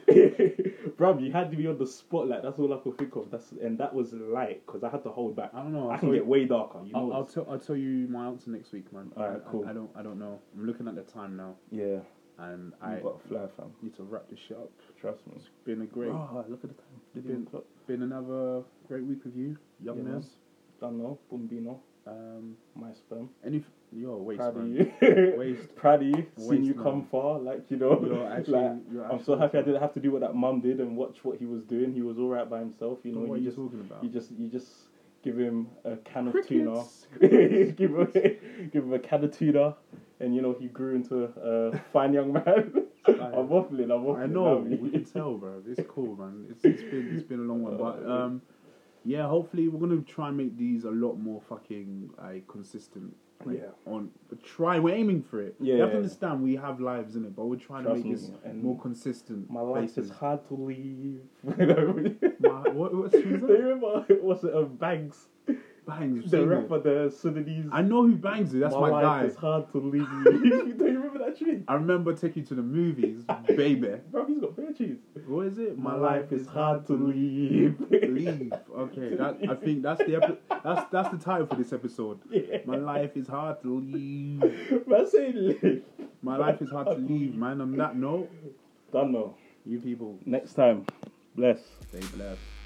S3: Bruv, you had to be on the spotlight. That's all I could think of. That's and that was light because I had to hold back.
S4: I don't know,
S3: I
S4: I
S3: can
S4: thought-
S3: get way darker. You know.
S4: I'll, I'll
S3: this.
S4: tell. I'll tell you my answer next week, man.
S3: All right,
S4: I- I-
S3: cool.
S4: I, don't. I don't know. I'm looking at the time now,
S3: yeah.
S4: and
S3: I
S4: I
S3: got a fly, fam.
S4: need to wrap this shit up.
S3: Trust me.
S4: Been a great.
S3: Bruh, Oh, look at the time. Flipping
S4: Been,
S3: clock.
S4: been another great week with you, young
S3: Yeah, man.
S4: man.
S3: Don't know. Bombino.
S4: Um,
S3: My sperm.
S4: any f- yo waste,
S3: Proud of
S4: man.
S3: you.
S4: Waste.
S3: Proud of you. Seen
S4: Waste,
S3: you come
S4: man.
S3: far. Like, you know.
S4: You're actually-
S3: like,
S4: you're
S3: I'm so
S4: actually-
S3: happy I didn't have to do what that mum did and watch what he was doing. He was all right by himself. You know,
S4: What are
S3: you
S4: you
S3: just,
S4: talking about?
S3: You just, you just give him a can of tuna.
S4: Crickets.
S3: give, him a, give him a can of tuna. And, you know, he grew into a a fine young man. I'm waffling. I'm waffling.
S4: I know
S3: lovely.
S4: we can tell, bro. It's cool, man. It's, it's been it's been a long one, but
S3: Uh,
S4: um, yeah. Hopefully, we're gonna try and make these a lot more fucking like consistent. Like,
S3: Yeah.
S4: On but try, we're aiming for it. You have
S3: Yeah.
S4: to understand we have lives in it, but we're trying
S3: Trust
S4: to make
S3: me,
S4: this
S3: and
S4: more consistent.
S3: My life
S4: basis.
S3: is hard to leave. You know?
S4: My, what what's
S3: Do you
S4: that?
S3: remember it was uh, Banks,
S4: Bangs.
S3: the
S4: sing it.
S3: rapper, the Sudanese?
S4: I know who bangs it. That's my,
S3: life
S4: guy.
S3: It's hard to leave. you. Do you remember that tune?
S4: I remember taking you to the movies, baby.
S3: Bro, he's got bare cheese.
S4: What is it?
S3: My life is hard to leave.
S4: leave. Okay, that, I think that's the epi- that's that's the title for this episode. My life is hard to leave.
S3: Man, say live.
S4: My life is hard to leave, man. On that note,
S3: Don't know.
S4: you people.
S3: Next time.
S6: Bless.
S4: Stay blessed.